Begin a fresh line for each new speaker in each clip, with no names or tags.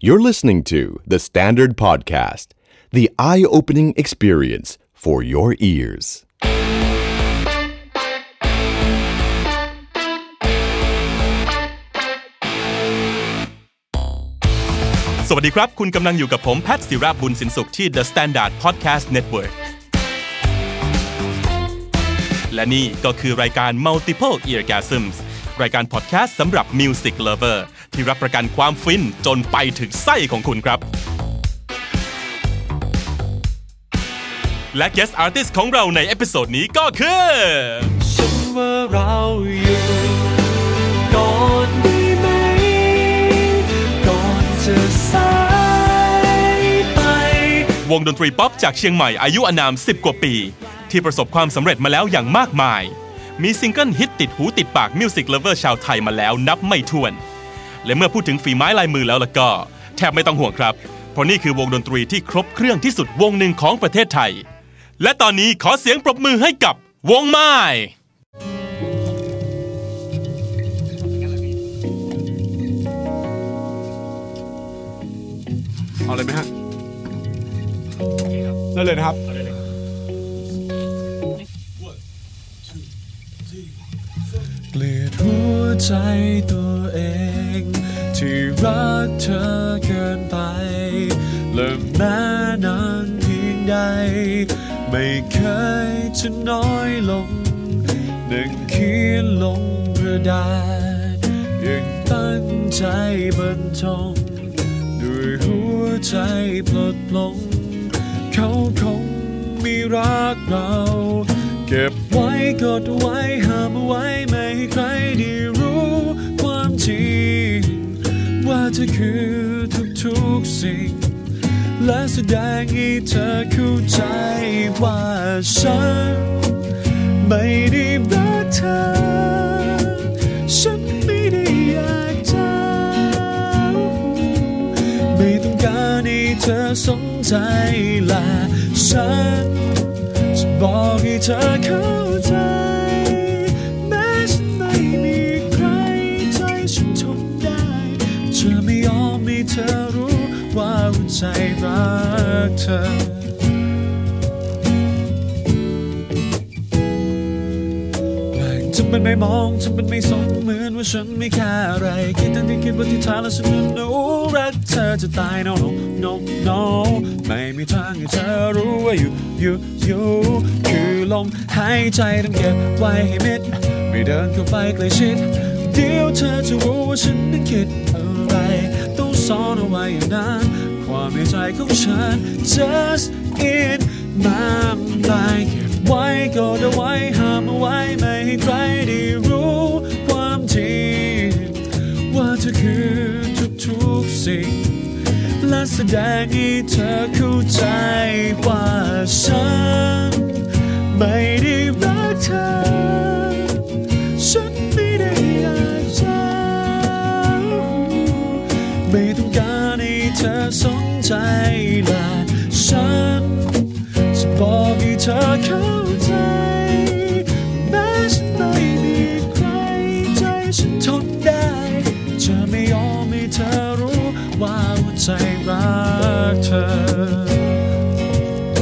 You're listening to The Standard Podcast, the eye opening experience for your ears.
Yes. สวัสดีครับ คุณกำลังอยู่กับผมแพทย์ศิราบุญสินสุขที่ The Standard Podcast Network และนี่ก็คือรายการ Multiple Eargasms รายการพอดแคสต์สำหรับ Music Lover ที่รับประกันความฟินจนไปถึงไส้ของคุณครับ และ Guest Artist ของเราในเอพิโซดนี้ก็คือ
ฉันว่าเราอยู่ก่อนดีไหม ก่อนจะสายไป
วงดนตรีป๊อปจากเชียงใหม่อายุอานาม 10 กว่าปี ที่ประสบความสำเร็จมาแล้วอย่างมากมาย มีซิงเกิลฮิตติดหูติดปากมิวสิกเลเวอร์ชาวไทยมาแล้วนับไม่ถ้วน และเมื่อพูดถึงฝีไม้ลายมือแล้วล่ะก็ แทบไม่ต้องห่วงครับ เพราะนี่คือวงดนตรีที่ครบเครื่องที่สุดวงหนึ่งของประเทศไทย และตอนนี้ขอเสียงปรบมือให้กับวงไม้
เอาเลยไหมฮะได้เลยนะครับ
เกลียดหัวใจตัวเอง ที่รักเธอเกินไปและแม้นานเพียงใด ไม่เคยจะน้อยลงหนึ่งเขียนลงกระดาษยังตั้งใจบรรทงด้วยหัวใจปลดลง เขาคงไม่รักเรา เก็บไว้กดไว้ห้ามไว้ไม่ให้ใครได้รู้ความจริง ว่าเธอคือทุกๆสิ่ง และแสดงให้เธอเข้าใจว่าฉัน ไม่ได้รักเธอ ฉันไม่ได้อยากจะ ไม่ต้องการให้เธอสนใจและฉันจะบอกให้เธอเข้าใจแม้ฉันไม่มีใครใจฉันทนได้จะไม่ยอมให้เธอรู้ว่าหัวใจรักเธอ แปลกทำเป็นไม่มองทำเป็นไม่สนเหมือนว่าฉันไม่แค่าอะไร คิดทั้งที่คิดว่าที่ทางแล้วฉันนั้นรู้รักเธอจะตาย no no no no ไม่มีทางให้เธอรู้ว่าอยู่อยู่อยู่คือลมหายใจต้องเก็บไว้ให้มิด ไม่เดินเข้าไปใกล้ชิด เดี๋ยวเธอจะรู้ว่าฉันนั้นคิดอะไร ต้องซ่อนเอาไว้อย่างนั้นความในใจของฉัน just in my mind เก็บไว้กอดเอาไว้ห้ามเอาไว้ไม่ให้ใครได้รู้ความจริงว่าเธอคือทุกๆสิ่ง และแสดงให้เธอเข้าใจว่าฉัน ไม่ได้รักเธอ ฉันไม่ได้อยากจะไม่ต้องการให้เธอสนใจและฉันจะบอกให้เธอเข้าใจแม้ฉันไม่มีใครใจฉันทนได้จะไม่ยอมให้เธอรู้ว่าหัวใจรักเธอ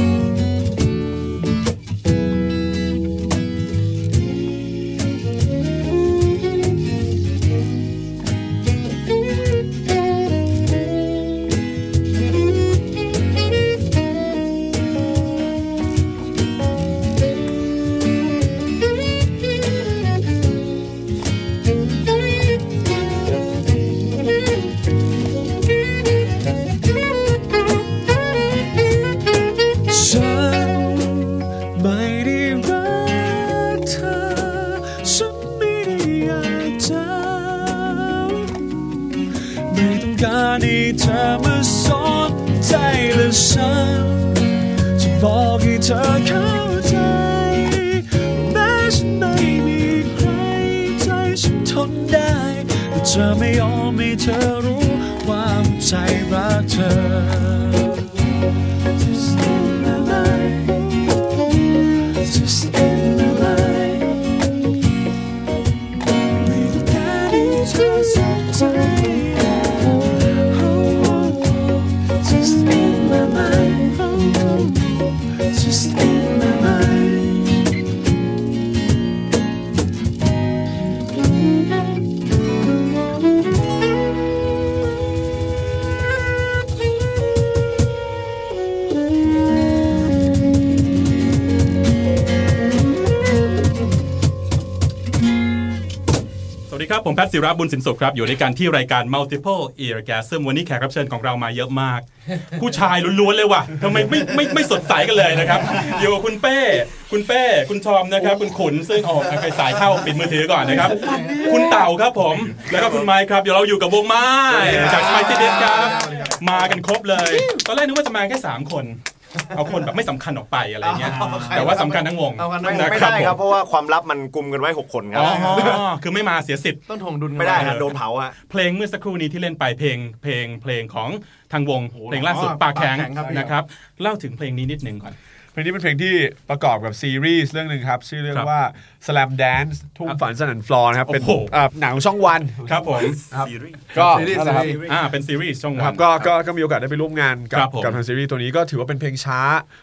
ฉันไม่ได้รักเธอ ฉันไม่ได้อยากจะไม่ต้องการให้เธอมาสนใจและฉันจะบอกให้เธอเข้าใจแม้ฉันไม่มีใครใจฉันทนได้แต่จะไม่ยอมให้เธอรู้ว่าหัวใจรักเธอ Just in my life, just in my life. We got each other's time. Oh,
ผมแพทย์ศิระบุญสินสุขครับอยู่ในการที่รายการ multiple eargasm วันนี้แขกรับเชิญของเรามาเยอะมาก ผู้ชายล้วนๆเลยว่ะทำไมไม่ไม่ไม่สดใสกันเลยนะครับอยู่กับคุณเป้ คุณเป้ คุณชอมนะครับ คุณขุนซึ่งออกใครสายเข้าปิดมือถือก่อนนะครับ คุณเต่าครับผม แล้วก็คุณไมค์ครับเดี๋ยวเราอยู่กับวงไม้จากสไปซี่เดสครับ มากันครบเลย ตอนแรกนึกว่าจะมาแค่สามคน เอาคนแบบไม่สำคัญออกไปอะไรเงี้ย แต่ว่าสำคัญทั้งวง
เอากันทั้
ไม่
งวง
ไม่ได้ครับ เพราะว่าความลับมันกลุ่มกันไว้ 6 คนครั
อ๋
บ
อคือไม่มาเสียสิทธิ
ต้องทวงดุลกัน
ไม่ได้
ว้
ฮะโดนเผาฮะ
เพลงเมื่อสักครู่นี้ที่เล่นไปเพลงเพลงเพลงของทางวง เพลงล่าสุด
อ๋อ
ปากแข็ง
ปครับ
นะครับเล่าถึงเพลงนี้นิดหนึ่งก่อน
เพลงนี้เป็นเพลงที่ประกอบกับซีรีส์เรื่องหนึ่งครับ ชื่อเรื่องว่า Slam Dance ทุ่มฝันสนั่นฟลอร์นะครับ เป็น
โอ้โห
อ่าหนังของช่องวัน
ครับผม
ก็
ซีรีส์
นั่นแหละครับ
ซีรีส์
อ่าเป็นซีรีส์ช่อง
ค
วั
รับ
น
ก็ก็ก็มีโอกาสได้ไปร่วมงานกั
ครับผม
กับทางซีรีส์ตัวนี้ก็ถือว่าเป็นเพลงช้า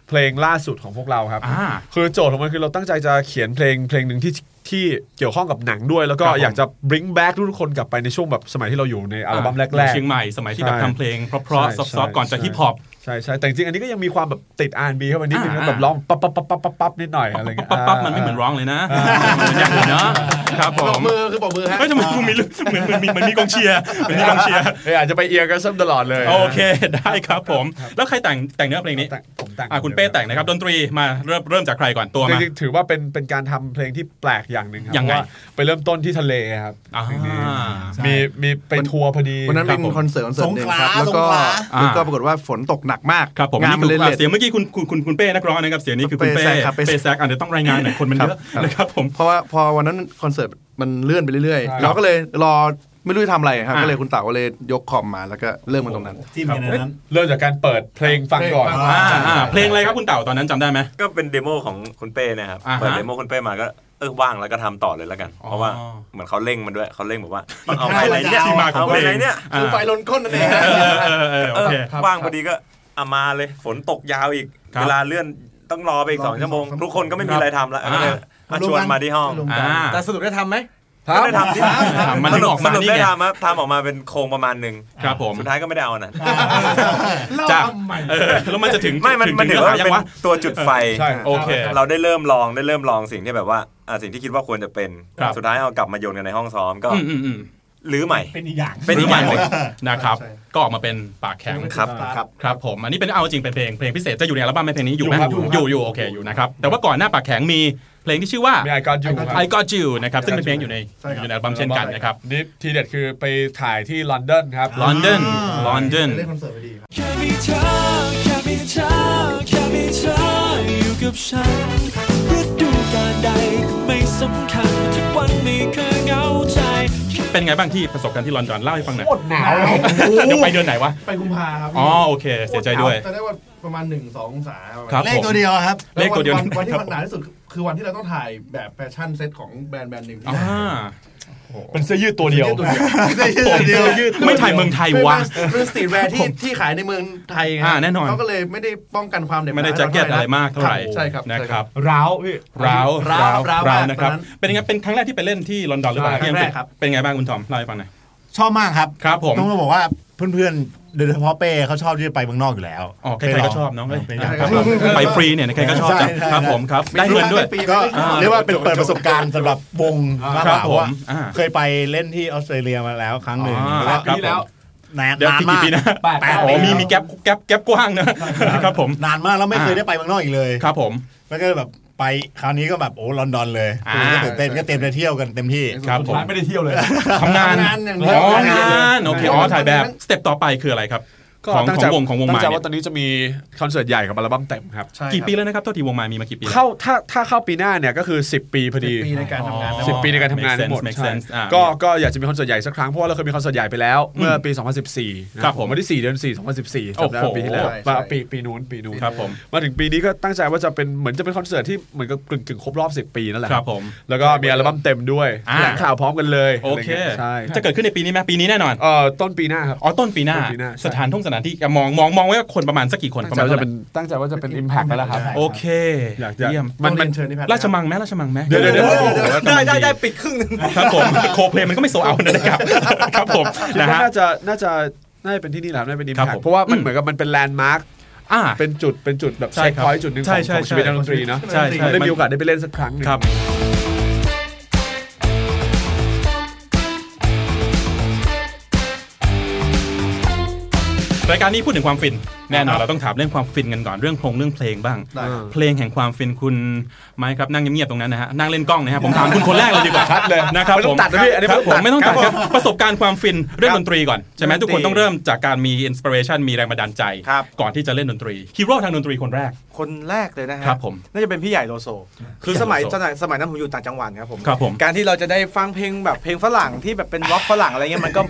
เพลงล่าสุดของพวกเราครับ
อ่า
คือโจทย์ของมันคือเราตั้งใจจะเขียนเพลงเพลงหนึ่งที่ที่เกี่ยวข้องกับหนังด้วย แล้วก็
ครับผม
อยากจะ bring back ทุกคนกลับไปในช่วงแบบสมัยที่เราอยู่ในอัลบั้มแรก
เชียงใหม่สมัยที่แบบ
ใช่
ทำเพลงเพราะๆ
ใช่
ซอฟ
ใช่
ๆก่อนจาก
ใช่
ฮิปฮอป
ๆใช่ใช่แต่จริงๆอันนี้ก็ยังมีความแบบติด R&B เข้าไปนิดนึง
อ่า
แบบร้องปั๊บปั๊บปั๊บปั๊บปั๊บปั๊บนิดหน่อยอะไรเงี้ย
ปั๊บปั๊บมัน
อ่า
ไม่เหมือนร้องเลยนะมันอย่างอื่นเนาะครับผ
ปอก
ม
มือคือปอกมือฮะ
เฮ้ยทำไมคุณมีลึกเหมือนเหมือนมีเหมือนมีกองเชียร์เหมือนมีกองเชียร์
เอ้ยอาจจะไปเอียร์กันซ้ำตลอดเลย
โอเคได้ครับผม แล้วใครแต่งแต่งเนื้อเพลงนี้
แต่งผมแต่ง
อ่ะคุณเป้แต่งนะครับดนตรีมาเริ่มเริ่มจากใครก่อนตัว
จ
มา
ริงๆถือว่าเป็นเป็นการทำเพลงที่แปลกอย่างหนึ่งครับ
ยังไง
เพราะว่าไปเริ่มต้นที่ทะเลครับ
อ่า
เพลงนี้มีมีไปทัวร์พอดี
วันนั้น
ครั
เป็
บ
น
ผม
คอนเสิร์ตคอนเสิร์ตหนึ่งครั
สง
บ
ขลา
แล้ว
ส
ก็
งขลา
แล้วก็
อ่า
ปรากฏว่าฝนตกหนักมาก
ครับผม
งานมันเลย
คือ
เล
อ่ะเสียง
ท
เมื่อกี้คุณคุณคุณคุณเป้นักร้องนะครับเสียงนี้คือคุณเป้
เป้แซกครับเป้
เป้
แซก
แซกอ่ะเดี๋ยวต้องรายงานหน่อยคนมันเยอะ
ครับ
นะครับผม
เพราะว่าพอวันนั้นคอนเสิร์ตมันเลื่อนไปเรื่อยๆเราก็เลยรอไม่รู้จะทำอะไรครับ
อ่า
ก็เลยคุณเต๋าก็เลยยกคอมมาแล้วก็เริ่มกันตรงนั้น
ที่มีในนั้น
เริ่มจากการเปิดเพลงฟังก่อน
อ่าอ่าเพลงอะไรครับคุณเต่าตอนนั้นจำได้ไหม
ก็เป็นเดโมของคุณเป้นะครับ
อ่าฮะ
เปิดเดโมคุณเป้มาก็เออว่างแล้วก็ทำต่อเลยแล้วกัน เพราะว่าเหมือนเขาเร่งมันด้วยเขาเร่งบอกว่ามันเอาไปไหนเนี่ย
ที่มาของ
เอาไปไห
เพ
น
ลง
เนี่ย
คือไฟลนก้นนั่นเอง
เออเออเออ
เอ
โอ
อ
เค
ว่างพอดีก็เอามาเลยฝนตกยาวอีก
ครับ
เวลาเลื่อนต้องรอไปอีกสองชั่วโมง ทุกคนก็ไม่มีอะไรทำละ
อ่า
ก็เลยอ่ะชวนมาที่ห้อง
รวม
อ่า
แต่สรุปได้ทำไหม
ก็ได้ทำที่
ทำมัน
ส
ถึง
รุ
อ
ป
อก
ส
มา
รุป
นี่ไง
ได้ทำครับทำออกมาเป็นโครงประมาณหนึ่ง
ครับผม
สุดท้ายก็ไม่ได้เอาอันนั้น
จ้าเออแล้วมันจะถึง
ไม่มัน
ถึง
มันถือว่า
เนื้อหายัง
เป็น
วะ
ตัวจุดไฟ
ใช่
โอเค
เราได้เริ่มลองได้เริ่มลองสิ่งที่แบบว่าอ่ะสิ่งที่คิดว่าควรจะเป็น
ครับ
สุดท้ายเอากลับมาโยนกันในห้องซ้อมก็
อืมอืมอืม
รื้อใหม่
เป็นอีกอย่าง
เป็นอีกอย่างหนึ่ง
นะครับ ก็ออกมาเป็นปากแข็ง
ครับ
ครับผมอันนี้เป็นเอาจริงเป็นเพลงเพลงพิเศษจะอยู่ในอัลบั้มไหมเพลงนี้อยู่ไหม
อยู่ครับ
อยู่อยู่โอเคอยู่นะครับแต่ว่าก่อนหน้าปากแข็งมีเพลงที่ชื่อว่า
มีไอการอยู่ครับ
I Got You นะครับซึ่งเป็นเพลงอยู่ใน
ใช่ครับ
อยู่ในอัลบั้มเช่นกันนะครับ
นี่ทีเด็ดคือไปถ่ายที่ลอนดอนครับ
ลอนดอนลอนดอน
เล่นคอนเสิร์ตไปดีครับ
แค่มีเธอแค่มีเธอแค่มีเธออยู่กับฉันฤดูกาลใดก็ไม่สำคัญทุกวันไม่เคยเหงาใจ
เป็นไงบ้างที่ประสบการณ์ที่ลอนดอนเล่าให้ฟังหน่อย
โคตรหนาว
เดี๋ยวไปเดือนไหนวะ
ไปกุมภาครับ
อ๋อโอเค เสียใจด้วย
แต่ได้ว่าประมาณ 1 2องศาปะมาณ
ครับ
เล
ผ
ข
ม
ตัวเดียวครับ
เลขตัวเดียว
แวันวันที่
ครับ
มันหนาที่สุดคือวันที่เราต้องถ่ายแบบแฟชั่นเซ็ตของแบรนด์แบรนด์หนึ่งที่
อ่า
เป็นเสื้อยืดตัวเดียว
ตัวเดียว
ผมไม่ถ่ายเมืองไทย
เป็น
วะ
เป็นสตรีทแวร์ที่ที่ขายในเมืองไทยครั
อ่าแน่นอน
เขาก็เลยไม่ได้ป้องกันความเด็บหนา
ไม่ได้แจ็คเก็ตอะไรมากเท่าไหร่
ใช่ครับ
นะ
ใช่
ค
ค
รั
รั
บบ
ร้าวพี่
ร้าว
ร้าว
ร้าว
ร้าว
ร้าว
มาก
นะครับ
ตอนนั้น
เป็นไงเป็นครั้งแรกที่ไปเล่นที่ลอนดอนหรือเปล่า
ใช่
ที่อังกฤษ
ครั้งแรกครับ
เป็นไงบ้างคุณทอมเล่าให้ฟังหน่อย
ชอบมากครับ
ครับผม
ต้องบอกว่าเพื่อนๆโดยเฉพาะเป้เขาชอบที่จะไปเมืองนอกอยู่แล้ว
อ๋อใครๆก็ชอบเนอะ
ไปลง
ครับผมไปฟรีเนี่ยใครก็ชอบจ้ะ
ใช่ใช่
ครับผมครับ ได้เงินด้วย
ก็เรียกว่าเป็น
จบ
เปิดประสบการณ์สำหรับวงมากก
ครั
ว่า
บผม
เพราะว่า
อ่า
เคยไปเล่นที่ออสเตรเลียมาแล้วครั้งหนึ่ง
อ่า
แล้ว
ค
ก็
รับผม
นาน
เดี๋ยว
นาน
อีก
มาก
กี่ปีนะ
แปดปี
อ๋อมีมีแก๊ปแก๊ปแก๊ปกว้างนะ ครับผม
นานมากแล้วไม่เคย
อ่า
ได้ไปเมืองนอกอีกเลย
ครับผม
แล้วก็แบบไปคราวนี้ก็แบบโอ้ลอนดอนเลย
อ่า
ก็ตื่นเต้นก็เต็มจะเที่ยวกันเต็มที่
ครับผ
สุด
ม
ท้ายไม่ได้เที่ยวเลย
ทำงาน
ทำงานอย่างเดียว
อ๋องานโอเคอ๋อถ่ายแบบสเต็ปต่อไปคืออะไรครับ ของ
ตั้
ข
ใจ
องวงของวง
ตั้
ใหม่
งใจ
เนี่ย
ว่าตอนนี้จะมีคอนเสิร์ตใหญ่กับอัลบั้มเต็มครับ
ใช่ครับ
กี่ปีแล้วนะครับเท่าที่วงมามีมากี่ปีแล้ว
เข้าถ้าถ้าเข้าปีหน้าเนี่ยก็คือ 10 ปีพอดี
ปีในการทำงาน
อ๋อ
สิบปีในการทำงาน
Make sense,
ทั้งหมด
make
ใช่
sense อ่า
ก็ก็อยากจะมีคอนเสิร์ตใหญ่สักครั้ง เพราะว่าเราเคยมีคอนเสิร์ตใหญ่ไปแล้ว เมื่อปี 2014นะครับ
ผม
วันที่ 4 เดือน 4 2014จำได้
โอ้โห
ว่าปีที่แล้วมาปีปีนู้นปีนู้น
ครับผม
มาถึงปีนี้ก็ตั้งใจว่าจะเป็นเหมือนจะเป็นคอนเสิร์ตที่เหมือนกับกึ่งกึ่งๆครบรอบ 10 ปีนั่นแหละ
ครับผม
แล้วก็มีอัลบั้มเต็มด้วย
อ่า
แถลงข่าวพร้อมกันเลย
โอเค
ะไรงี้ยใช่
จะเกิดขึ้นในปีนี้ไหมปีนี้แน่นอน
เอ่อต้นปีหน้าครับ
อ๋อต้นปีหน้า
ต้นปีหน้าใช่
สถานท่องสถานที่อ่ะมองมองมองไว้ว่าคนประมาณสักกี่คน
ตั้ง
ประ
ใจ
มาณ
ว่าจะเป็น
เท่าไหร่
ตั้งใจว่าจะเป็น Impact แล้วล่ะครับ
โอเค
อยากจะ
เยี่ยม
มัน
ต้องเรี
มัน
ยนเชิญที่แพทย์
ราชมังไหมราชมังไหม
เดี๋ยวเดี๋ยวเดี๋ยว
โอ้โห
ได้ได้ได้ปิดครึ่งหนึง
ครับผมโคเพลมันก็ไม่โซเอานะครับ ครับผม
คิด
นะ
ว่า
ฮะ
น่าจะน่าจะน่าจะเป็นที่นี่แหละครับน่าจะเป็น
ครับ
Impact
ผม
เพราะว่ามันเหมือนกับมันเป็น landmark
อ่า
เป็นจุดเป็นจุดแบบ
ใช่
เช็ค
ครับ
พอยต์จุดหนึ่งข
ใช่
อง
ใช่
ของชีวิตนักดนตรีเนาะ
ใช่ใช่
ได้มีโอกาสได้ไปเล่นสักครั้งหนึ่ง
ครับ รายการนี้พูดถึงความฟิน แน่นอนเราต้องถามเรื่องความฟินกันก่อนเรื่องโครงเรื่องเพลงบ้าง
ได้ครับ
เพลงแห่งความฟินคุณไม้ครับนั่งเงียบๆตรงนั้นนะฮะนั่งเล่นกล้องนะฮะผมถามคุณคนแรกเลยดีกว่า
ชัดเลย
นะครับ
ไม่ต้อง
ผม
ตัดนะพี่อันนี้
ครับผ
ไม่ต้องตั
ม
ด
ไม่
ค
ต้องตัดค
รั
รั
บบ ผม
ประสบการณ์ความฟินเรื่อง
ครับ
ดนตรีก่อนใช่ไหม
ดนตรี
ทุกคนต้องเริ่มจากการมีอินสปิเรชันมีแรงบันดาลใจ
ครับ
ก่อนที่จะเล่นดนตรีฮีโร่ทางดนตรีคนแรก
คนแรกเลยนะฮะ
ครับผม
น่าจะเป็นพี่ใหญ่โลโซ คือสมัย
พี่ใหญ่
ส
โล
มัย
โซ
สมัยนั้นผมอยู่ต่างจังหวัดครับผม
ครับผม
การที่เราจะได้ฟังเพลงแบบเพลงฝรั่งที่แบบเป็นร็อกฝรั่งอะไรเงี้ยมัน ก็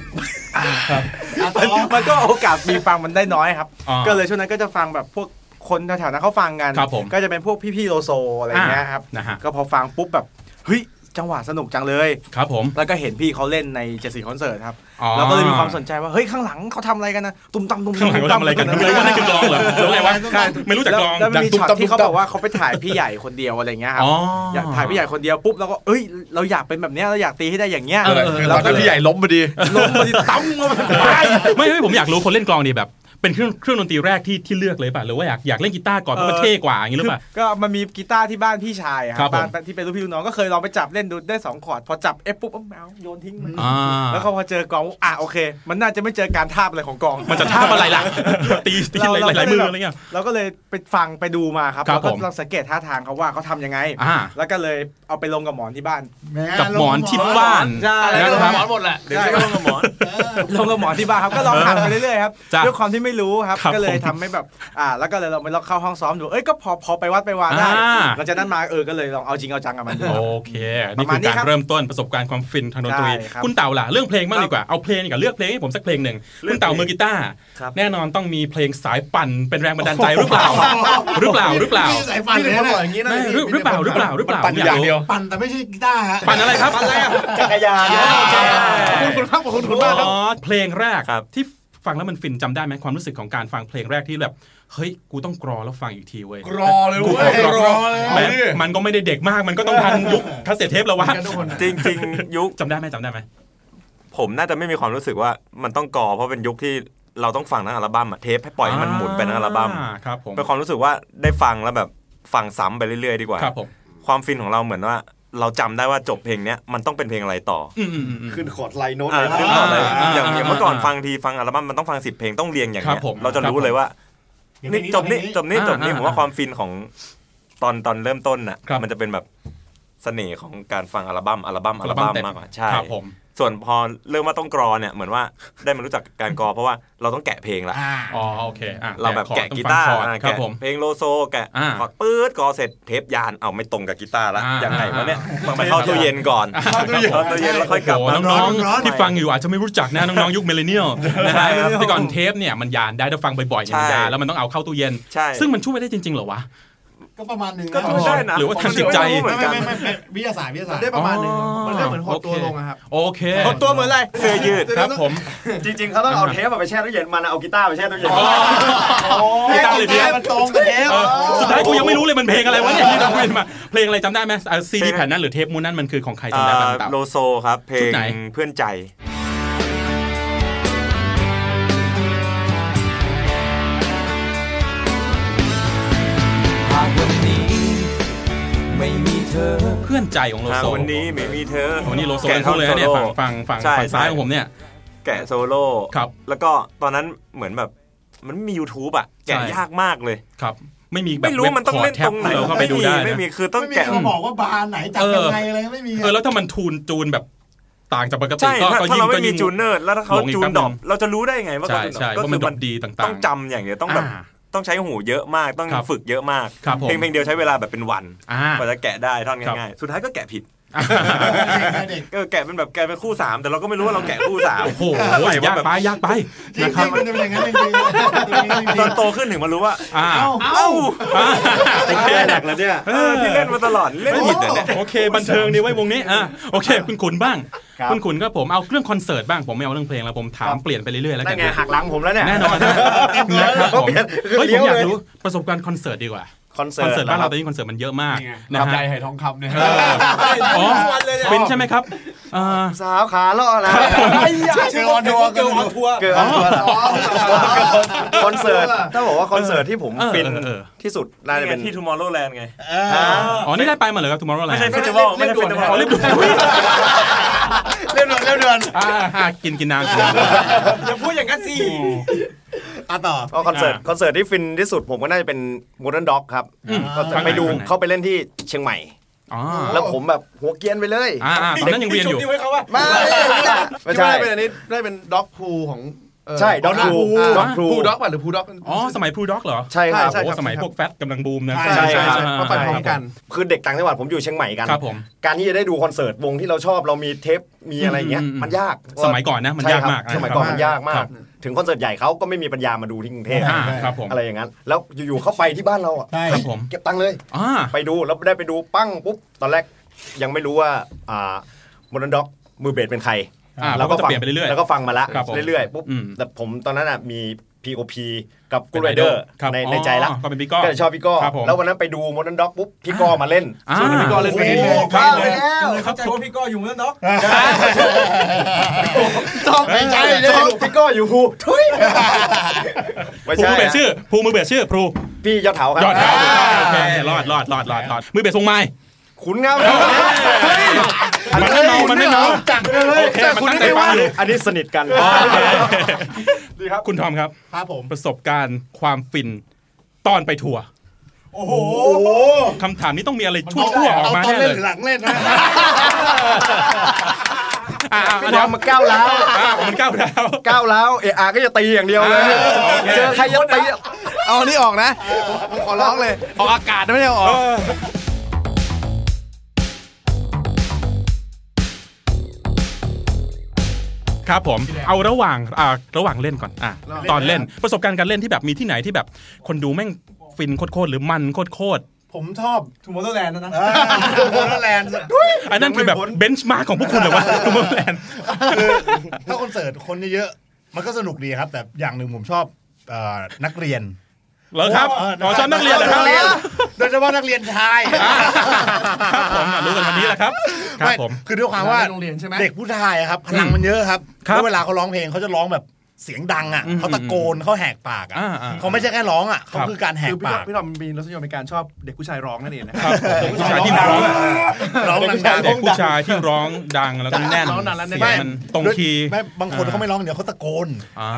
มันมันก็โอกาสมีฟังมันได้น้อยครับ
อ่า
ก็เลยช่วงนั้นก็จะฟังแบบพวกคนแถวๆนั้นเขาฟังกัน
ครับผม
ก็จะเป็นพวกพี่ๆโลโซอะไรเงี้ยครับ
อ่านะฮะ
ก็พอฟังปุ๊บแบบเฮ้ยจังหวะสนุกจังเลย
ครับผม
แล้วก็เห็นพี่เขาเล่นในเจสีคอนเสิร์ตครับ
อ๋อ
เราก็เลยมีความสนใจว่าเฮ้ยข้างหลังเขาทำอะไรกันนะตุ้มตั้มตุ้ม
ข้างหลังเขาทำอะไรกัน
ตุ้มตั้ม
ทำไมว่านั่นคือกลองเหรอหรืออะไรวะไม่รู้จักกลอง
แล้วแล้วมันมีช็อต
ดังตุ๊บตับ
ที่เขา
ตุ๊บ
บ
ตั
บ อกว่าเขาไปถ่ายพี่ใหญ่คนเดียวอะไรเงี้ยครับ
อ๋อ
อยากถ่ายพี่ใหญ่คนเดียวปุ๊บแล้วก็เอ้ยเราอยากเป็นแบบเนี้ยเราอยากตีให้ได้อย่างเงี้ย
เออเออ
เรา
ตอน
ก็
นั้
เล
น
ย
พี่ใหญ่ล้มพอดี
ลงมาดิตั้มลงมาไป
ไม่ไม่ผมอยากรู้คนเล่นกลองดีแบบ เป็นเครื่องเครื่องดนตรีแรกที่ที่เลือกเลยป่ะหรือว่าอยากอยากเล่นกีตาร์ก่อนเพราะมันเท่กว่าอย่างนี้หรือเปล่า
ก็มันมีกีตาร์ที่บ้านพี่ชายอะ
ครับผม
บ้านที่เป็นลูกพี่ลูกน้องก็เคยลองไปจับเล่นดูได้สองคอร์ดพอจับเอฟปุ๊บเอาแมวโยนทิ้งมัน
อ่า
แล้วเขาพอเจอกองอ่ะโอเค มันน่าจะไม่เจอการทาบอะไรของกอง
มันจะท่าอะไร ล่ะ ตีตีหลายหลายมืออะไรเงี้ย
เราก็เลยไปฟังไปดูมาครับ
ครับ
แล้วก็
ผม
เราสังเกตท่าทางเขาว่าเขาทำยังไง
อ่า
แล้วก็เลยเอาไปลงกับหมอนที่บ้าน
กับหมอนที่บ้าน
ใช่
นะครับ
เดี๋ยวใช้ก็ลงกับหมอน
ลงกับหมอที่บ้านครับก็ลองหัดไปเรื่อยๆครับ
จ้ะ
ด้วยความที่ไม่รู้ครับ
ครับ
ก็เลย
ผม
ทำให้แบบอ่า แล้วก็เลยเราไปลองเข้าห้องซ้อมดูเอ้ยก็พอพอไปวัดไปวาได้
อ่า
หลังจากนั้นมาเออก็เลยลองเอาจริงเอาจังกับมันดู
โอเค นี่
ประ
คือ
มาณนี้
การ
ครับ
เริ่มต้นประสบการณ์ความฟินทางดนตรี
ใช่ครับ
คุณเต่าล่ะเรื่องเพลงบ้างดีกว่าเอาเพลงดีกว่าเลือกเพลงให้ผมสักเพลงหนึ่งคุณเต่ามือกีตาร์
ครับ
แน่นอนต้องมีเพลงสายปั่นเป็นแรงบันดาลใจหรือเปล่า หรือเปล่าหรือเปล่า
สายปั่นเลยนะอย่างนี้นะ
ไม่หรือหรือเปล่าหรือเปล่าหรือเปล่า
ปั่นอย่างเดียว
ปั่นแต่ไม่ใช่กีตาร์ฮะ
ปั่นอะไรครับ
จักรยาน
ขอบคุณคุณครับขอบคุณคุณมากครับ
อ๋อเพลงแรก
ครับ
ที่ฟังแล้วมันฟินจำได้ไหมความรู้สึกของการฟังเพลงแรกที่แบบเฮ้ยกูต้องกรอแล้วฟังอีกทีเว้ย
กรอเลย
กู
เว้ย
กรอ
เลย
แหมมันก็ไม่ได้เด็กมากมันก็ต้องทันยุคคาสเซ็ตเทปแล้ววะ
จริง ๆ ยุค
จำได้ไหมจำได้ไหม
ผมน่าจะไม่มีความรู้สึกว่ามันต้องกอ เพราะเป็นยุคที่เราต้องฟังทั้งอัลบั้มอะเทปให้ปล่อยให้มันหมุนไปทั้งอัลบั้ม
อ่าครับผม
เป็นความรู้สึกว่าได้ฟังแล้วแบบฟังซ้ำไปเรื่อยๆดีกว่า
ครับผม
ความฟินของเราเหมือนว่า เราจำได้ว่าจบเพลงเนี้ยมันต้องเป็นเพลงอะไรต่อ
อืมอืมอืมอืม
ขึ้นคอร์ดไลน์โน้ต
อ่า
เลยนะ
ซึ่งเราเลย
อ่า
อย่างอย่างเมื่อก่อน
อ่า
ฟังทีฟังอัลบั้มมันต้องฟังสิบเพลงต้องเรียงอย่าง
ครั
เงี้ย
บผม
เราจะรู้เลยว่านี่จบนี่จบนี่
อ่า
จบนี่
อ่า
ผมว่า
อ่า
ความฟินของตอนตอนเริ่มต้นน่ะ
ครับ
มันจะเป็นแบบเสน่ห์ของการฟังอัลบั้มอัลบั้มอัล
อั
บั้ม
เต็
มากกว่าใช่
ครับผม
ส่วนพอเริ่มว่าต้องกรอเนี่ยเหมือนว่าได้มารู้จักการกรอ เพราะว่าเราต้องแกะเพลงละ
อ๋อโอเคอ่ะ
เราแบบแกะ
ขอ
กีตาร์
ฟังคอด
อ่ะ
ครับ
แกะ
ผม
เพลงโลโซแกะ
อ่า
คอร์ดปื๊ดกรอเสร็จเทปยานเอาไม่ตรงกับกีตาร์ละ
อ่า
อย่างไรวะเนี่ย
อ่า
ไปเข้าตู้เย็นก่อนเข้าตู้เย็นแล้วค่อยกลับ
โอ้
มา
โหน้องๆที่ฟังอยู่อาจจะไม่รู้จักนะน้องๆยุคเมลเลนเนียลนะฮะแต่ก่อนเทปเนี่ยมันยานได้ถ้าฟังบ่อยๆเนี่ยมัน
ใช่
ยานแล้วมันต้องเอาเข้าตู้เย็น
ใช่
ซึ่งมันช่วยได้จริงๆเหรอวะ
ก็ประมาณหนึ่ง
ก็ช่วยได้นะ
หรือว่าทางจิตใจ
ผมก็ไม่รู้
ไม่
เหมือนกัน
ไม่ไม่ไม่วิทยาศาสตร์วิทยาศาสตร์
ได้ประมาณหนึง
อ๋อ
มันก็เหมือนหดตัวลงอะครับ
โอเค
เอาตัวเหมือนอะไร
เสื้อยืด
ครับผม
จริงๆ เขาต้องเอาเทปอะไปแช่ตู้เย็นมันเอากีตาร์ไปแช่ตู้เย็น
กีตาร์เลยเพี้ยน
มันตรงกับเทป
เออสุดท้ายกูยังไม่รู้เลยมันเพลงอะไรวะเนี่ยที่เราคุยมาเพลงอะไรจำได้ไหมซีดีแผ่นนั้นหรือเทปมูนนั้นมันคือของใครจำได้บ้างเต่า
โลโซครับ เพล
ชุด
ง
ไหน
เพื่อนใจ
เพื่อนใจของโล
อ่า
โซ
วันนี้ไม่มีเธอ
วันนี้โลโซ
แกะ
ทั้งคู่เลยนะเนี่ย
โซ
ฝั่ง
โล่
ฝั่งฝั่ง
ใช่
ฝั่งซ้าย
ใช่
ของผมเนี่ย
แกะโซโล่
ครับ
แล้วก็ตอนนั้นเหมือนแบบมันไม่มี YouTube อ่ะ แกะ
ใช่
ยากมากเลย
ครับ ไม่มีแบบ
ไม่รู้มันต้องเล่น
ว็บขแท็บ
ตรงไหน
เราเข้าไปดูได้นะ
ไม่มีคือต้อง
ไม่มี
แกะ
ใครมาบอกว่าบาร์ไหนจับยังไงอะไรไม่มี
เออแล้วถ้ามันทูนจูนแบบต่างจากปกติ
ใช่
ก็
ถ้า
ก็
ถ้า
ยิ่ง
เรา
ก็
ไม่มี
ยิ่ง
จูนเนอร์แล้วถ้าเขา
หลงอีก
จู
แป๊
น
บ
ดรอป
นึง
เราจะรู้ได้ไงว่า
ใช่
เขาจูนดร
ใช่
อป
ว่ามันด
มั
อกดีต่างๆ
ต้องจำอย่างเดียวต้องแบบ
อ่า
ต้องใช้หูเยอะมากต้อง
ครับ
ฝึกเยอะมาก
ครับผม
เพลงเพลงเดียวใช้เวลาแบบเป็นวัน
อ่า
กว่าจะแกะได้ท่อน
ครับ
ง่ายๆสุดท้ายก็แกะผิด
เด็ก
เออแกะเป็นแบบแกะเป็นคู่สามแต่เราก็ไม่รู้ว่าเราแกะคู่สาม
โอ้โห
ไม่
ยา
ว่าก แบบ
ไปยากไป
จริ
นะ
ง
ครับ
ๆมันจะเป็นอย่างนั้นจริงๆ
ตอนโตขึ้นถึงมารู้ว่า
อ่า
เอ้า
อ่า
ติดแค่หนักแล้วเนี่ย
เออที่เล่นมาตลอดเล่นผิดเหรอเนี่ย
โอเค บันเทิงดีไว้ยวงนี้อ่าโอเค คุณขุนบ้าง
ครับ
คุณขุนก็ผมเอาเรื่องคอนเสิร์ตบ้างผมไม่เอาเรื่องเพลงแล้วผมถามเปลี่ยนไปเรื่อยๆแล้ว
นั่
กัน น
ไงหักหลังผมแล้วเนี่ย
แน่นอน นะนะครับผม
เปลี่ยน
เฮ้ยผ
เลี้ย
ม
ว
อยาก
เลย
รู้ประสบการณ์คอนเสิร์ตดีกว่า
คอนเสิ
คอน
ร์
เสิร์
ต
ตบ้าน
บ้า
น
เรา
เราตอนนี้คอนเสิร์ตมันเยอะมาก
นี่ไง
นะ
ทำใจ
ฮะ
ไห่ทองคำเนี่ย
อ๋อเป็นใช่ไหมครับอ่า
สาวขาล่อแล้ว
เจอออนทัวร์กันอยู่
เกิดคอนเสิร์ตถ้าบอกว่าคอนเสิร์ตที่ผม
เออ
ฟิน
เออเออ
ที่สุดน่าจะ
นี่ไง
เป็น
ที่ Tomorrowland ไง
อ๋อ นี่ได้ไปมาเลยครับ Tomorrowland
ไม่ใช่เฟสติวัลไม่ใช่เฟสติวัล
อ๋อเรียบด่วน
เล่นเดือนเล่นเดือน
อ่าอ่ากินกินน้ำกินน้ำ
อย่าพูดอย่างนั้นสิ
อ่ะต่อ
ก็คอนเสิร์ต
อ่า
คอนเสิร์ตที่ฟินที่สุดผมก็น่าจะเป็น Modern Dog ครับ
อืม
ก็จะ
ฟังหน่อย
ไปดู
ฟังหน่อย
เขาไปเล่นที่เชียงใหม่
อ๋อ
แล้วผมแบบหัวเกรียนไปเลย
อ่าอ่าตอนนั้นยังเรียนอยู่
ไว้เขาว่า
ไม่ไม่
ที่
ใช่
ว่าได้เป็นอันนี้ได้เป็นด็อกพูของเ
ใช่ Dog Pool Dog
พู
Pool
ด็อกป่ะหรือพูด็อก
อ๋อ สมัยพูด็อกเหรอ
ใช่ครับ
ใช่
โอ้สมัยพวกแฟตกำลังบูมนะ
ใช่
ใช่
ใช่มาไปพร้อมกัน
คือเด็กต่างจังหวัดผมอยู่เชียงใหม่กัน
ครับผม
การที่จะได้ดูคอนเสิร์ตวงที่เราชอบเรามีเทปมีอะไรอย่างเงี้ย
อืมอืม
มันยาก
สมัยก่อนนะมัน
ใช่
ยาก
ค
มา
รับ
กะ
สมัยก่อน
ครับ
มันยากมา
ค
ก
รับ
ถึงคอนเสิร์ตใหญ่เขาก็ไม่มีปัญญามาดูที่กรุงเทพ
อ่าครับผม
อะไรอย่างนั้น แล้วอยู่ๆเขาไปที่บ้านเราอ่ะ
ใช่
ครับผม
เก็บตังค์เลย
อ่า
ไปดูแล้วได้ไปดูปั้งปุ๊บตอนแรกยังไม่รู้ว่าอ่ามอนด็อกมือเบสเป็นใคร
อ่า
แล้ว
เพราะก็จะเปลี่ยนไปเรื่อยๆ
แล้วก็ฟังมาละ
ครับผม
เรื่อยๆปุ๊บ
อืม
แต่ผมตอนนั้นอ่ะมี POP กับกู
เป็น
ไรเดอร์
คบ
ในในใจละ
อ๋อก็เป็นพี่ก้อ
ก็เลยชอบพี่ก้อ
ครับผม
แล้ววันนั้นไปดูมอนด็อกปุ๊บพี่ก้อมาเล่น
อ่า
พี่ก้อเล่นเพลงเล
โอ้โห
ย
บ้าไปแล้ว
เข้าใจว่าพี่ก้ออยู่เมืองนอก
ไม่ใช่เลย
ชอบพี่ก้ออยู่ฮูทุยไม่
ภู
ใช่
มือเบส
นะ
ชื่อภูมือเบสชื่อพรู
พี่ยอดเถาครับ
ยอดครับ
อ่า
โอเครอดรอดรอดรอดรอดมือเบสทรงไม้
ขุนครับ
มันไม่เมามันไม่เมา
จังเลย
โอเคมันตั้งใจฟังอยู่
อันนี้สนิทกัน
ดีครับคุณทอมครับ
ครับผม
ประสบการณ์ความฟินตอนไปทัวร์คำถามนี้ต้องมีอะไรชั่วๆออกมา
เตอนเล่
แน่เล
น
ย
หรือหลังเล่นนะ
อ่าอ่า
พี่บ
เดี๋
อ
ยว
มมาก้าวแล้าว
อ่าผมมันก้าวแล้ว
ก้าวแล้าวเออาก็จะตีอย่างเดียวเลย
อ่าโอเค
เจอใครจะตี
เอาอันนี้ออกนะผมขอร้องเลย
ออกอากาศ
ไม่ได้เอาออก
ครับผม เอาระหว่างอ่าระหว่างเล่นก่อนอ่ะตอนเล่นประสบการณ์การเล่นที่แบบมีที่ไหนที่แบบ คนดูแม่งฟินโคตรๆหรือมันโคตร
ผมชอบ
ทูมอร์แลนด์นะนะ
โมเดลแลนด์
ๆอันนั้นคือแบบเบนช์มาร์กของพวกคุณเหรอวะคุณแลน
คือถ้าคอนเสิร์ตคนเยอะๆมันก็สนุกดีครับ แต่อย่างหนึ่งผมชอบเอ่อนักเรียน
เหรอครับหมอชอบนักเรียนเหรอครับ
โดยเฉพาะนักเรียนชาย
ครับผมอ่ะรู้กันวันนี้แหละครับ ครับผม
คือด้วยความว่า
โรงเรียนใช่ไหม
เด็กผู้ชายอะครับพลังมันเยอะครับ
ครับ
แล้วเวลาเขาร้องเพลงเขาจะร้องแบบเสียงดังอ่ะ
อืม
เขาตะโกนเขาแหกปากอ่ะ
อ่าอ่า
เขาไม่ใช่แค่ร้องอ่ะเขาคือการแห
คื
ก
อพี่
ปา
ทอก มพี่ทอมมีรสนิยมในการชอบเด็กผู้ชายร้องนั่นเองนะครับ
ผมผู้ชายที่ร้อง
ร้องดัง
เด็กผู้ชายที่ร้องดังแล้วก็แน่น
ร้องนานแล้ว
เสี
เนี่ยย
งมันตรงคีย์
ๆไม่บางคนเขาไม่ร้องเดี๋ยวเขาตะโกน
อ่า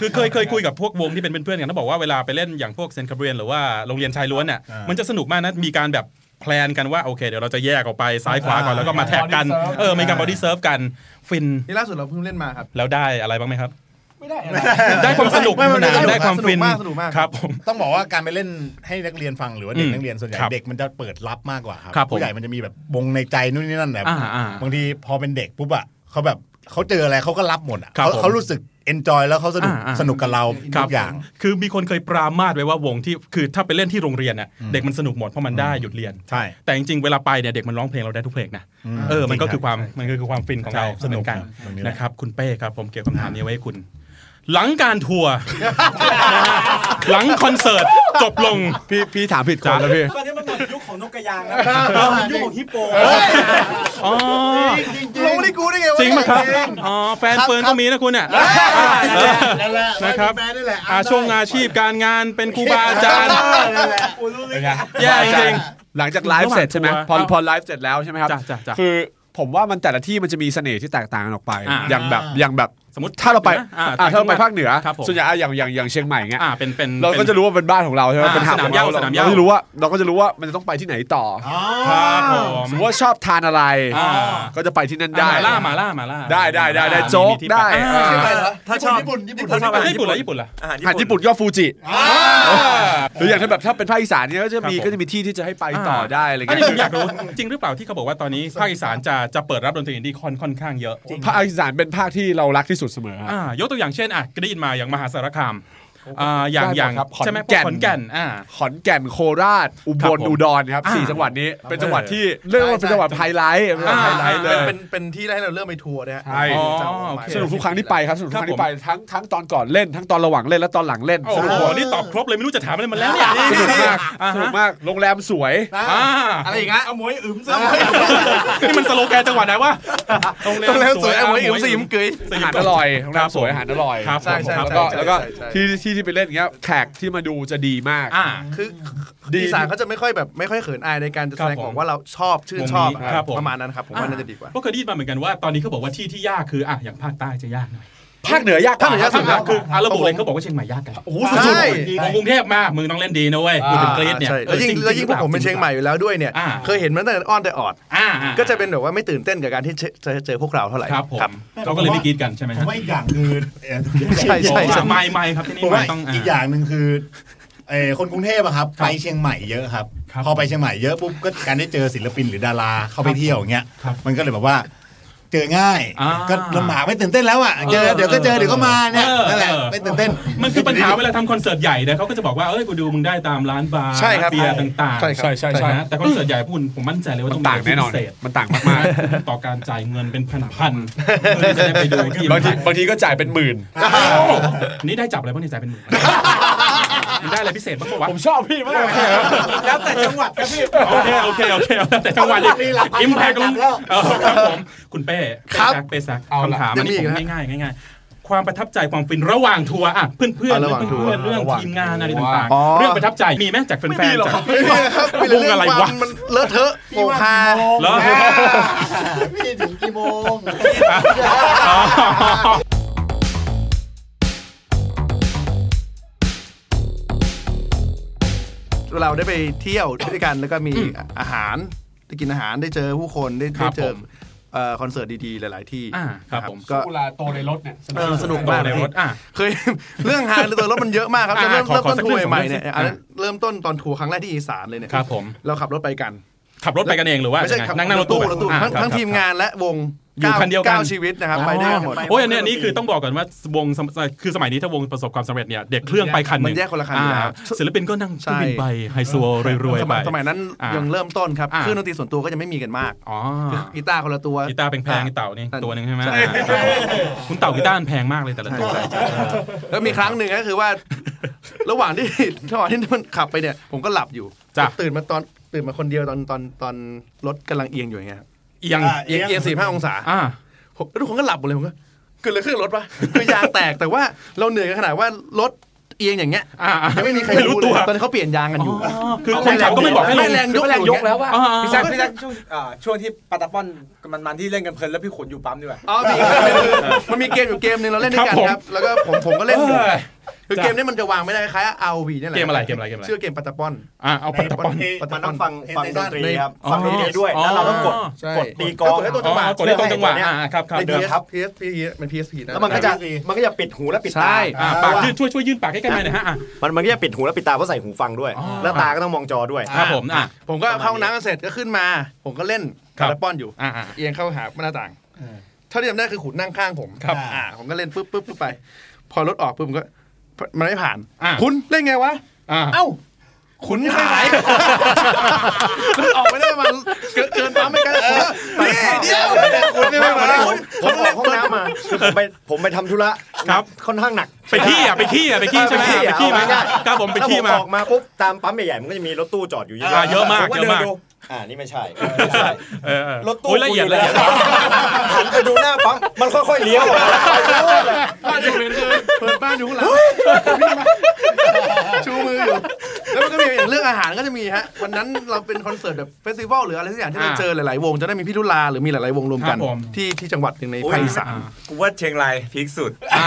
คือเคยเคยคุยกับพวกวงที่เป็นเพื่อนๆกันเขาบอกว่าเวลาไปเล่นอย่างพวกเซนคาเบรียนหรือว่าโรงเรียนชายล้วนเนี่ย
อ่ามั
มันจะสนุกมากนะมีการแบบแพลนกันว่าโอเคเดี๋ยวเราจะแยกออกไปซ้ายขวาก่อน
อ่า
แล้วก็มาแท็กกันเออมีการบอดี้เซิร์ฟกันฟิน
นี่ล่าสุดเราเพิ่งเล่นมาครับ
แล้วได้อะไรบ้างไหมครับ
ไม่ได้
ได้ความสนุก
ไม่ไม่ไม่ส
สนาน
นุก
ได้ความ
สนุก
ฟิน
มากสนุกมาก
ครับผม
ต้องบอกว่าการไปเล่นให้นักเรียนฟังหรือว่าเด็
อื
ก
ม
นักเรียนส่วนใหญ่
ครับ
เด็กมันจะเปิดรับมากกว่าครับ
ครับผม
ผู้ใหญ่มันจะมีแบบวงในใจนู่นนี่นั่นแบบ
อ่าอ่า
บางทีพอเป็นเด็กปุ๊บอ่ะเขาแบบเขาเจออะไรเขาก็รับหมดอ่ะ
ครับ
เขา
ผม
เขารู้สึกเอนจอยแล้วเขาสนุก
อ่าอ่า
สนุกกับเรา
ครั
ทุ
บ
กอย่าง
คือมีคนเคยปรามาสไว้ว่าวงที่คือถ้าไปเล่นที่โรงเรียนน่ะเด็กมันสนุกหมดเพราะมันได้หยุดเรียน
ใช่
แต่จริงๆ เวลาไปเนี่ยเด็กมันร้องเพลงเราได้ทุกเพลงนะเออมันก็คือความมันก็คือความฟินของเรา
สนุก
เหมือกั
ค
น
รับตรงนี้แหละ
นะครับ คุณเป้ครับ ผมเก็บคำถามนี้ไว้ให้คุณ หลังการทัวร์ หลังคอนเสิร์ตจบลง
พี่พี่ถามผิดคนแล้วพี่
ตอนนี้มันหมดยุคของนกกระยางแล้วมันยุคของฮิปโป
อ๋อ
ลงไม่ได้กูได้ไงวะ
จริงไหมครับอ๋อแฟนเฟิร์นก็มีนะคุณเนี่ย
นั่นแหละ
นะครับ
แฟนนี่แหละ
อาช่วงอาชีพการงานเป็นครูบาอาจารย์
นั่นแหละ
แย่จริง
หลังจากไลฟ์เสร็จใช่ไหม
ระหว่าง
พอ
ทัวร์
พอไลฟ์เสร็จแล้วใช่ไหมครับ
จ้ะจ้ะจ้ะ
คือผมว่ามันแต่ละที่มันจะมีเสน่ห์ที่แตกต่างกันออกไป
อ่า
อย่างแบบอย่างแบบ
สมมุติ
ถ้าเราไป
อ่า
อ่าถ้าเราไปภาคเหนือ
ครับผม
ส่วนใหญ่อ่ะอย่างอย่างอย่างเชียงใหม่เงี้ย
อ่าเป็นเป็น
เราก็จะรู้ว่าเป็นบ้านของเราใช่ไหม
อ่า
เป็นหาดของเรา
สนามหญ้าสนามห
เรา
ญ้า
ก็จะรู้ว่าเราก็จะรู้ว่ามันจะต้องไปที่ไหนต่ออ
ครับผม
สมมติว่าชอบทานอะไร
อ่า
ก็จะไปที่นั่น
ได้มา
ได้
ล่ามาล่ามาล่า
ได้ได้ได้ได้
มี
โจ๊ก
ที่
ได้
อ่า
ถ้าชอบ
ญี่ปุ่นญี่ปุ่น
ถ้าชอบอาหารญี่ปุ่นล่ะญี่ปุ่นล่ะ
อาหาร
อาหาร
ญี่
ญี่
ปุ่น
ปุ่นก็ฟูจิหรืออย่างถ้าแบบถ้าเป็นภาคอีสานเนี่ยก็จะมี
ครับผม
ก็จะมีที่ที่จะให้ไปต่อได้อะไร
อันนี้
เงี้
ผมอยาย กรู้ จริงหรือเปล่าที่เขาบอกว่าตอนนี้ภาคอีสานจะจะเปิดรับดนตรีอินดี้ค่อนค่อนข้างเยอะ
ภาคอีสานเป็นภาคที่เรารักที่สุดเสมอครับ
อ่ายกตัวอย่างเช่นอ่ะกรีนมาอย่างมหาสารคามอ่าอย่างอย่าง
ได้หมดครับ
ใช่ไหม
ขอนแก่น
ขอนแก่นอ่า
ขอนแก่นโคราช อุบ
ค
ล
รับผม
อุดรครับ
อ่า
สี่จังหวัดนี้เป็นจังหวัดที่เรียกว่าเป็นจังหวัดไฮไลท์เป็นจังหวัด
อ่า
ไฮไลท์เล
เป็น
ย
เป็นเป็นที่แรกที่เราเริ่มไปทัวร์นะฮะ
ใช่
อ๋อ
จำออก
โอ
มา
เค
สนุกทุกครั้งที่ไปครับสนุกทุกครั้งที่ไปทั้งทั้งตอนก่อนเล่นทั้งตอนระหว่างเล่นและตอนหลังเล่น
โอ้
ส
โห
นุกมาก
นี่ตอบครบเลยไม่รู้จะถามอะไรมาแล้วเนี่ย
สนุกมาก
อ่า
สนุ
ฮะ
กมากโรงแรมสวย
อ่า
อะไรอีกฮะ
เอาหมวยอึมซะ
นี่มันสโลแกนจังหวัดไหนวะโรงแร
ต้องเริ่มสวย
ะ
เอาหมวยอิ่มสีอิ่มเกย
สี
อา
อิ่ม
หารอร่อยโรงแรมสวยอาหารอร่อย
ครับ
ใช่ใช่
ครับ
แล้วก็
ใช่
แล้วก็
ใช่ใช่
ที่ที่ที่ไปเล่นอย่างเงี้ยแขกที่มาดูจะดีมาก
อ่า
คือ
ดี
อีสานเขาจะไม่ค่อยแบบไม่ค่อยเขินอายในการจะแสดงออกว่าเราชอบชื่นชอบอะ
ครับผม
ประมาณนั้นครับผมว่าน่าจะดีกว่า
ก็เคยได้ยินมาเหมือนกันว่าตอนนี้เขาบอกว่าที่ที่ยากคืออ่ะอย่างภาคใต้จะยากหน่อย
ภาคเหนือยากก
ภาค
ว่า
เหนือยากสุด
ภค
คืออาระบุเลยเขาบอกว่าเชียงใหม่ยากกัน
โอ้โหสุด
ใช่
ของกรุงเทพมามึงต้องเล่นดีนะเว้ยพูดถึงกรีดเนี่ย
ใช่แล้วยิ่ง
เออจริๆ
แล้วยิ่งพวกผมเป็น
จ
เชี
ริ
ยง
ๆ
ใหม่อยู่แล้วด้วยเนี่ย
อ่า
เคยเห็นมันตั้งแต่อ้อนแต่ออด
อ่าอ่า
ก็จะเป็นแบบว่าไม่ตื่นเต้นกับการที่จะเจอพวกเราเท่าไหร่
ครับผมเราก็เลยไม่กรีดกันใช่ไหม
ผม
ฮะ
ว่าอีกอย่างคือเอ่อ
ใช่ใช่ใช่
ไม่ไม่ครับที่นี่
ผมว่า
ไม่ต้องอ่า
อีกอย่างหนึ่งคือเอ่อคนกรุงเทพอะครับ ไปเชียงใหม่เยอะครับ พอไปเชียงใหม่เยอะปุ๊บก็การได้เจอศิลปินหรือดาราเข้าไปเที่ยวอย่างเงี้ยมันก็เลยแบบว่า เจอง่าย ก็ลำบากไม่ตื่นเต้นแล้วอ่ะเจอเดี๋ยวก็เจอเดี๋ยวก็มาเนี่ย
ออ
นั่นแหละ
ออ
ไม่ตื่นเต้น
มันคือปัญหาเวลาทำคอนเสิร์ตใหญ่นะเขาก็จะบอกว่า เอ้ย กูดูมึงได้ตามร้านบาร์
ใช่ครับ
เบียร์ต่างๆ
ใช่ครับใช่ใช่
นะแต่คอนเสิร์ตใหญ่พวกคุณผมมั่นใจเลยว่าต้อง
มันต่างแน่นอนมันต่างมาก
ๆต่อการจ่ายเงินเป็นพันๆเพื่อที่จะได้ไปดูที่
บางทีบางทีก็จ่ายเป็นหมื่น
นี่ได้จับอะไรบ้างเนี่ยจ่ายเป็นหมื่นได้อะไรพิเศษบ้างปะวะ
ผมชอบพี่มาก
แล้วแต่จังหวัดครับพี่
โอเค โอเค โอเค แต่จังหวะนี้อิมแพคลงเออครับผม คุณเป้เป้
ครับ
แซกเป้แซก
เอาล่ะ
คำถามอันนี้
ยัง
ผ
มีอีก
ม
นะ
ง่ายๆง่ายๆ ความประทับใจความฟินระหว่างทัวร์อ่ะเพื่อนๆเพื่อน
อ่ะระหว่างทัวร์
เพื่อนๆเรื่อง
ระหว่าง
ทีมงานอะไร
ทัวร์
ต่าง
อ๋อ
ๆ เรื่องประทับใจมีไหมจากแฟนๆจาก
ไม่มีเลย ครับมีแต่
วง
เรื่อง
อะ
คว
ไระ
วามมันเลอะเทอะโปกฮา
เหรอ
พี่ถึงกี่โมง
อ๋อ
เราได้ไปเที่ยวด้วยกันแล้วก็มีอาหารได้กินอาหารได้เจอผู้คนได้ได้เจอเอ่อคอนเสิร์ตดีๆหลายๆที่
อ่าครับผม
ก็
เวลาโตในรถเนี่ย
เออสนุกมาก
ในรถ
พี่
อ่ะ
เคย เรื่องหาในตัวรถมันเยอะมากครับ
อ่ะ
จะเริ่ม
ขอ
เริ่ม
ขอ
ต้น
สัก
ทัวร์
เรื่อง
ใหม่
สองเรื่อง
เนี่ย
สิ
อันนั้นเริ่มต้นตอนทัวร์ครั้งแรกที่อีสานเลยเนี่ย
ครับผม
เราขับรถไปกัน
ขับรถไปกันเองหรือว่า
ไม่ใช่
ยังไง
ขับ
นั่งนั่งรถตู้
รถตู้
อ่ะ
ทั้ง
ครับ
ทั้งทีมงานและวง
อยู่คันเดียวกัน
เก้าชีวิตนะครับไปด้วยกันหมด
โอ้ยอันเนี้ยอันนี้คือต้องบอกก่อนว่าวงสมคือสมัยนี้ถ้าวงประสบความสำเร็จเนี่ยเด็กเครื่องไปคันหนึ่ง
มันแยกคนละคันอยู่แล้ว
อ่าศิลปินก็นั่งเครื่องบินไปไฮโซรวย
ส
ๆไป
มัยสมัยนั้น
อ่ะ
ยังเริ่มต้นครับ
อ่ะ
เครื่องดนตรีส่วนตัวก็ยังไม่มีกันมาก
อ๋อ
คือกีตาร์คนละตัว
กีตาร์แพงๆไอ้เต่านี่
นั่น
ตัวหนึ่งใช่ไหม
ใช่
คุณเต่ากีตาร์มันแพงมากเลยแต่ละตัว
แล้วมีครั้งหนึ่งก็คือว่า ระหว่างที่ ระหว่างที่มันขับไปเนี่ย ผมก็หลับอยู่
จ้ะ
ตื่นมาตอนตื่นมาคนเดียวตอนตอนตอนรถกำลังเอียงอยู่อย่างเงี้ยครับ
เอียง
เอียงเอียงสี่ห้าองศา
อ่า
ผมทุกคนก็หลับหมดเลยผมก็เกิดอะไรขึ้นกับรถวะคือยางแตกแต่ว่าเราเหนื่อยกันขนาดว่ารถเอียงอย่างเงี้ย
อ่าอ่า
ยังไม่มีใคร
ไม่รู้ตัว
เลยตอนนเขาเปลี่ยนยางกันอยู่
คือคนขับก็ไม่บอกให้ล
ไม่
ง
แรงยก
แรงยกแล้วว่า
อ่า
พี่แซคพี่แซคช่วงอ่าช่วงที่ปาตาป้อนมันมันที่เล่นกันเพลินแล้วพี่ขนอยู่ปั๊มดีกว่า
อ๋อมีมันมีเกมอยู่เกมหนึงเราเล่นด้วยกัน
ครับผม
ครับ แล้วก็ผมผมก็เล่นอยู่
เอ้ย
คือเกมนี้มันจะวางไม่ได้คล้ายเอาวีนี่ยแหละ
เกมอะไรเกมอะไรเกมอะไร
ชื่อเกมปัตตาป้อน
อ่าเอาปัดตะปอน
ปัต
มัน
ตาป้อ
ต้อน งฟังฟังดนตรีครับ
อ๋อ
ฟังดนตรีด้วย
อ๋อ
แล้วเราต้องกด
ใช่
กดตีกลอง
กดให้ตัวจั
อ๋
งหวะ
อากดที่ตรงจังหวะอ่าอ่าครับครับ
เป็น
เดิม
PS
ครับ
PSP เป็น PSP นะ
แล้วมันก็จะมันก็จะปิดหูและปิด
ใช่
ตา
อ่าปากยื่นช่วยช่วยยื่นปากให้ใกล้ๆหน่อยนะฮะอ่ะ
มันมันก็จะปิดหูและปิดตาเพราะใส่หูฟังด้วย
อ๋อ
แล้วตาก็ต้องมองจอด้วย
ครับผมอ่ะ
ผมก็เข้าห้องน้ำกันเสร็จก็ขึ้นมา ผมก็เล่น
ครั
ปา
บ
ตาป้อนอยู่
อ่าอ่า
เอียงเข้าหาหน้าต่าง เท่าที่จำได้คือขุนนั่งข้างผม
ครับ
อ่า ผมก็เล่นปึ๊บปึ๊บปึ๊บไป พอรถออกปึ๊บผมก็ มันไม่ผ่าน
อ่า
คุณเล่นไงวะ
อ่า
เอ้า ขุนหาย มันออกไม่ได้มันเกินเกินปั๊มไม่กันนี่เดียวคุณไม่มาได้คุณ
ผมออกห้องน้ำมาคือผมไปผมไปทำธุระ
ครับ
ค่อนข้างหนัก
ไปขี้อ่ะไปขี้อ่ะไปขี้ใช่ไหมอ่ะไปขี้มาครับผมไปขี้มา
แล้วผออกมาปุ๊บตามปั๊มใหญ่ๆมันก็จะมีรถตู้จอดอยู่เย
อ่า
อะ
เยอะมาก
ผ
เยอะมาก
ดินดูอ่านี่ไม่ใช่ไม่ใช่
เออเออ
รถตู้
โอ้ยละเอียด
กู
ละ
แว
เอียด
หันไปดูหน้าปั๊มมันค่อยๆเลี้ยวอะ
บ้านอยู่เดินเปิดบ้านอยู่ข้างหลังชูมืออยู่ แล้วมันก็มีอย่างเรื่องอาหารก็จะมีฮะ วันนั้นเราเป็นคอนเสิร์ตแบบเฟสติวัลหรืออะไรสักอย่างที่เรา
อ่า
เจอหลายๆวง จะได้มีพี่ดุลาหรือมีหลายๆวงรวมกัน
ครับผม
ที่ที่จังหวัดหนึ่งในภาคอีสาน
กูว่าเชียงรายพีคสุด
อ่า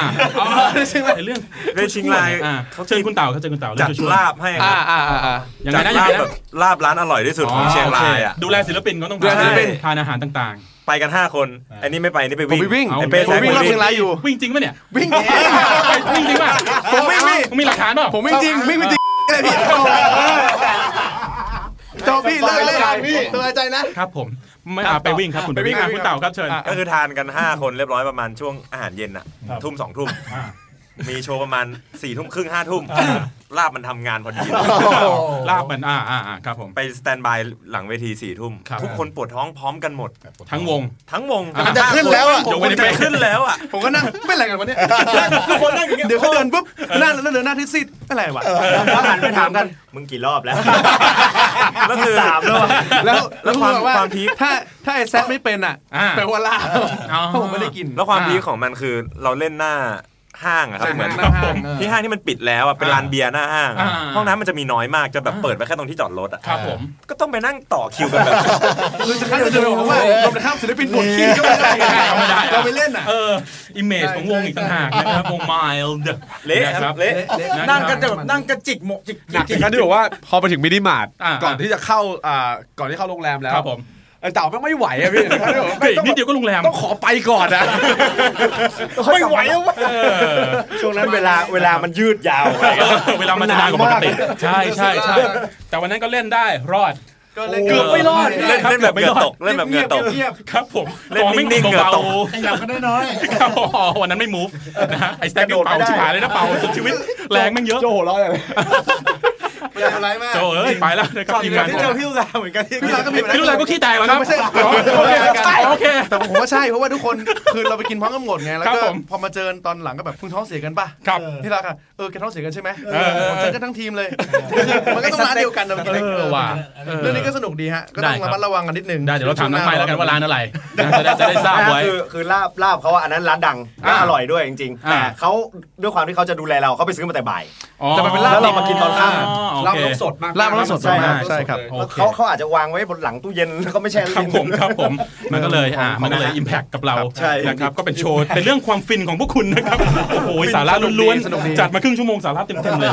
เอาเรื่อง
เรื่องเชียงราย
อ่าเขาเชิญคุณเต่าเขาเชิญคุณเต่าเรื่
จั
อง
ด
ช่วยๆ
ลาบให้ครับ
อ่าอ่าอ่าอ่า
ยัง
จั
ไง
ด
นะยัไง
ลาง บแบ
นะ
บลาบร้านอร่อยที่สุดของเชียงรายอ่ะ
โเคดูแลศิลปินก็ต้อง
ดูแลศิลปิน
ทานอาหารต่าง
ไปกันห้าคนไอ้นี่ไม่ไปนี่ไปวิ่ง
ผมไป
ไอ้เป้
วิ่งผม
แซก
วิ่งรอบ
วิ่
เชี
ง
ยงรายอยู่
ๆวิ่งจริงปะเนี่ย
วิ่ง
ไปวิ่งจริงปะ
ผมวิ่งพี่
มีหลักฐานเปล่า
ผมวิ่งจริงวิ่งไม่จริงอะไรพี่จบพี่เลิกเล่นพี่สบายใจนะ
ครับผมไม่อ่ะไปวิ่งครับคุณไป
ไปวิ่
วิ่ง
ง
อ่ะ
ไปวิ่ง
คุณเต่าครับเชิญ
ก็คือทานกันห้าคนเรียบร้อยประมาณช่วงอาหารเย็นอ่ะทุ่มสองทุ่มมีโชว์ประมาณสี่ทุ่มครึ่งห้าทุ่มลาบมันทำงานพ อดี
ลาบมันอ่าอ่าอ่าครับผม
ไปสแตนบายหลังเวทีสี่ทุ่ม
ครับ
ทุกคนปวดท้องพร้อมกันหมด
ทั้งวง
ทั้งวง
มันจะขึ้นแล้วอะ
ผมจะขึ้นแล้วอ่ะ
ผมก็นั่งไม่อะไรกันวะเนี่ยทุกคนนั่งอย่างเงี้ยเดี๋ยวเขาเดินปุ๊บหน้าแล้วเดินหน้าที่ซีดอะไรวะ
แล้วหันไปถามกันมึงกี่รอบแล้ว
แล้วคือ
สามแล้วอะ
แล้วแล้ว
แล้วความ
คุณบอกว่า
ความพีค
ถ้าถ้าไอ้แซดไม่เป็นอ่ะ
อ่า
แปลว่าลาบ
อ๋อ
เพราะผมไม่ได้กิน
แล้วความ
อ่า
พีคของมันคือเราเล่นหน้า ห้างอะครับเหมือน
หน้าห้าง
ที่ห้างที่มันปิดแล้วอะเป็นลานเบียร์หน้าห้างอะ
อ่า
ห้องน้ำมันจะมีน้อยมากจะแบบเปิดไว้แค่ตรงที่จอดรถอะ
ครับผม
ก็ต้องไปนั่งต่อคิวกันแบบ
คือจะข้ามจะเดินบอกว่าเราไปข้ามศิลปินปวดขี้ก็ไม่ได้เราไปเล่นอ่ะ
เอออิมเมจของวงอีกต่างหากนะครับวง mild
เละครับ
นครับ
เละ
นค
เละ
รับ
นั่งกันจะแบบนั่งกระจิกหมกจิก
หนัก
จิ
จากการที่บอกว่าพอไปถึงมินิมาร์ท
อ่า
ก่อนที่จะเข้าอ่าก่อนที่เข้าโรงแรมแล้ว
ครับผม
ไอ้เต่าแม่งไม่ไหวอะพี่
เฮ้ยนิดเดียวก็โรงแรม
ต้องขอไปก่อนนะ
ไม่ไหวแล้ววะช่วงนั้นเวลาเวลามันยืดยาว
เวลามันจะนานกว่าปกติใช่ใช่ใช่แต่วันนั้นก็เล่นได้รอด
เกือบไม่รอด
เล่น
เล่นแบบเหงื่อตกเล่นแบบเหงื่อตก
ครับผม
เล่น
อ๋อไม่
นิ่งๆเหงื่อตก
เบาๆ ครับผมอ๋อวันนั้นไม่ move นะฮะไอ้สแต็ปนี่เป่าชิบหายเลยนะเป่าสุดชีวิตแรงแม่งเยอะ โจหัวร้อยอะไรโจเอ้ยไปแล้วนะครับทีมงาน
ที่เจอพี่ลุลาเหมือนกันที่
พี่ลาก็มีแบบนั้น
พี่ลุลาก็ขี้แตกแล้วครับ
ไม่ใช่หรอก
อ๋อโอเคโอเค
แต่ผมว่าใช่เพราะว่าทุกคนคือเราไปกินพร้อมกันหมดไงแล้ว
ครับ
ก็
ผม
พอมาเจอตอนหลังก็แบบคุณท้องเสียกันป่ะ
ครับ
ที่รักอะเออแกท้องเสียกันใช่ไหม
เออเออ
ผมเจอกันทั้งทีมเลยคือมันก็ต้องร้านเดียวกันนะไปกิน
เออว่ะเออ
เรื่องนี้ก็สนุกดีฮะก็ต้อง
ได้ครับ
ระมัดระวังกันนิดนึง
ได้เดี๋ยวเราถามน้องไม้แล้วกันว่าร้านอะไรนะจะได้จะได้ทราบไว้
คือคือลาบลาบเขาอะอันนั้นร้านดังและ
อ่า
อร่อยด้วยจริงๆ
อ่า
แต่เขาด้วยความที่เขาจะดูแลเราเขาไปซื้อมาแต่บ่าย
แต่มันเป็นลาบ
แล้วเรามากินตอนค่ำ
ลาบน้ำสดมากลาบน้ำสดใช่
มาก
ใช่ครับโอเค
แล้วเขาเขาอาจจะวางไว้บนหลังตู้เย็นแล้วก็ไม่แช่
ครับ
ลิ้น
ผมครับผม มันก็เลยอ่ามันก็เลยอิมแพคกับเรา
ใช่
นะครับก็เป็นโชว์เป็นเรื่องความฟินของพวกคุณนะครับโอ้โห สาระล้วนๆจัดมาครึ่งชั่วโมงสาระเต็มๆ เลย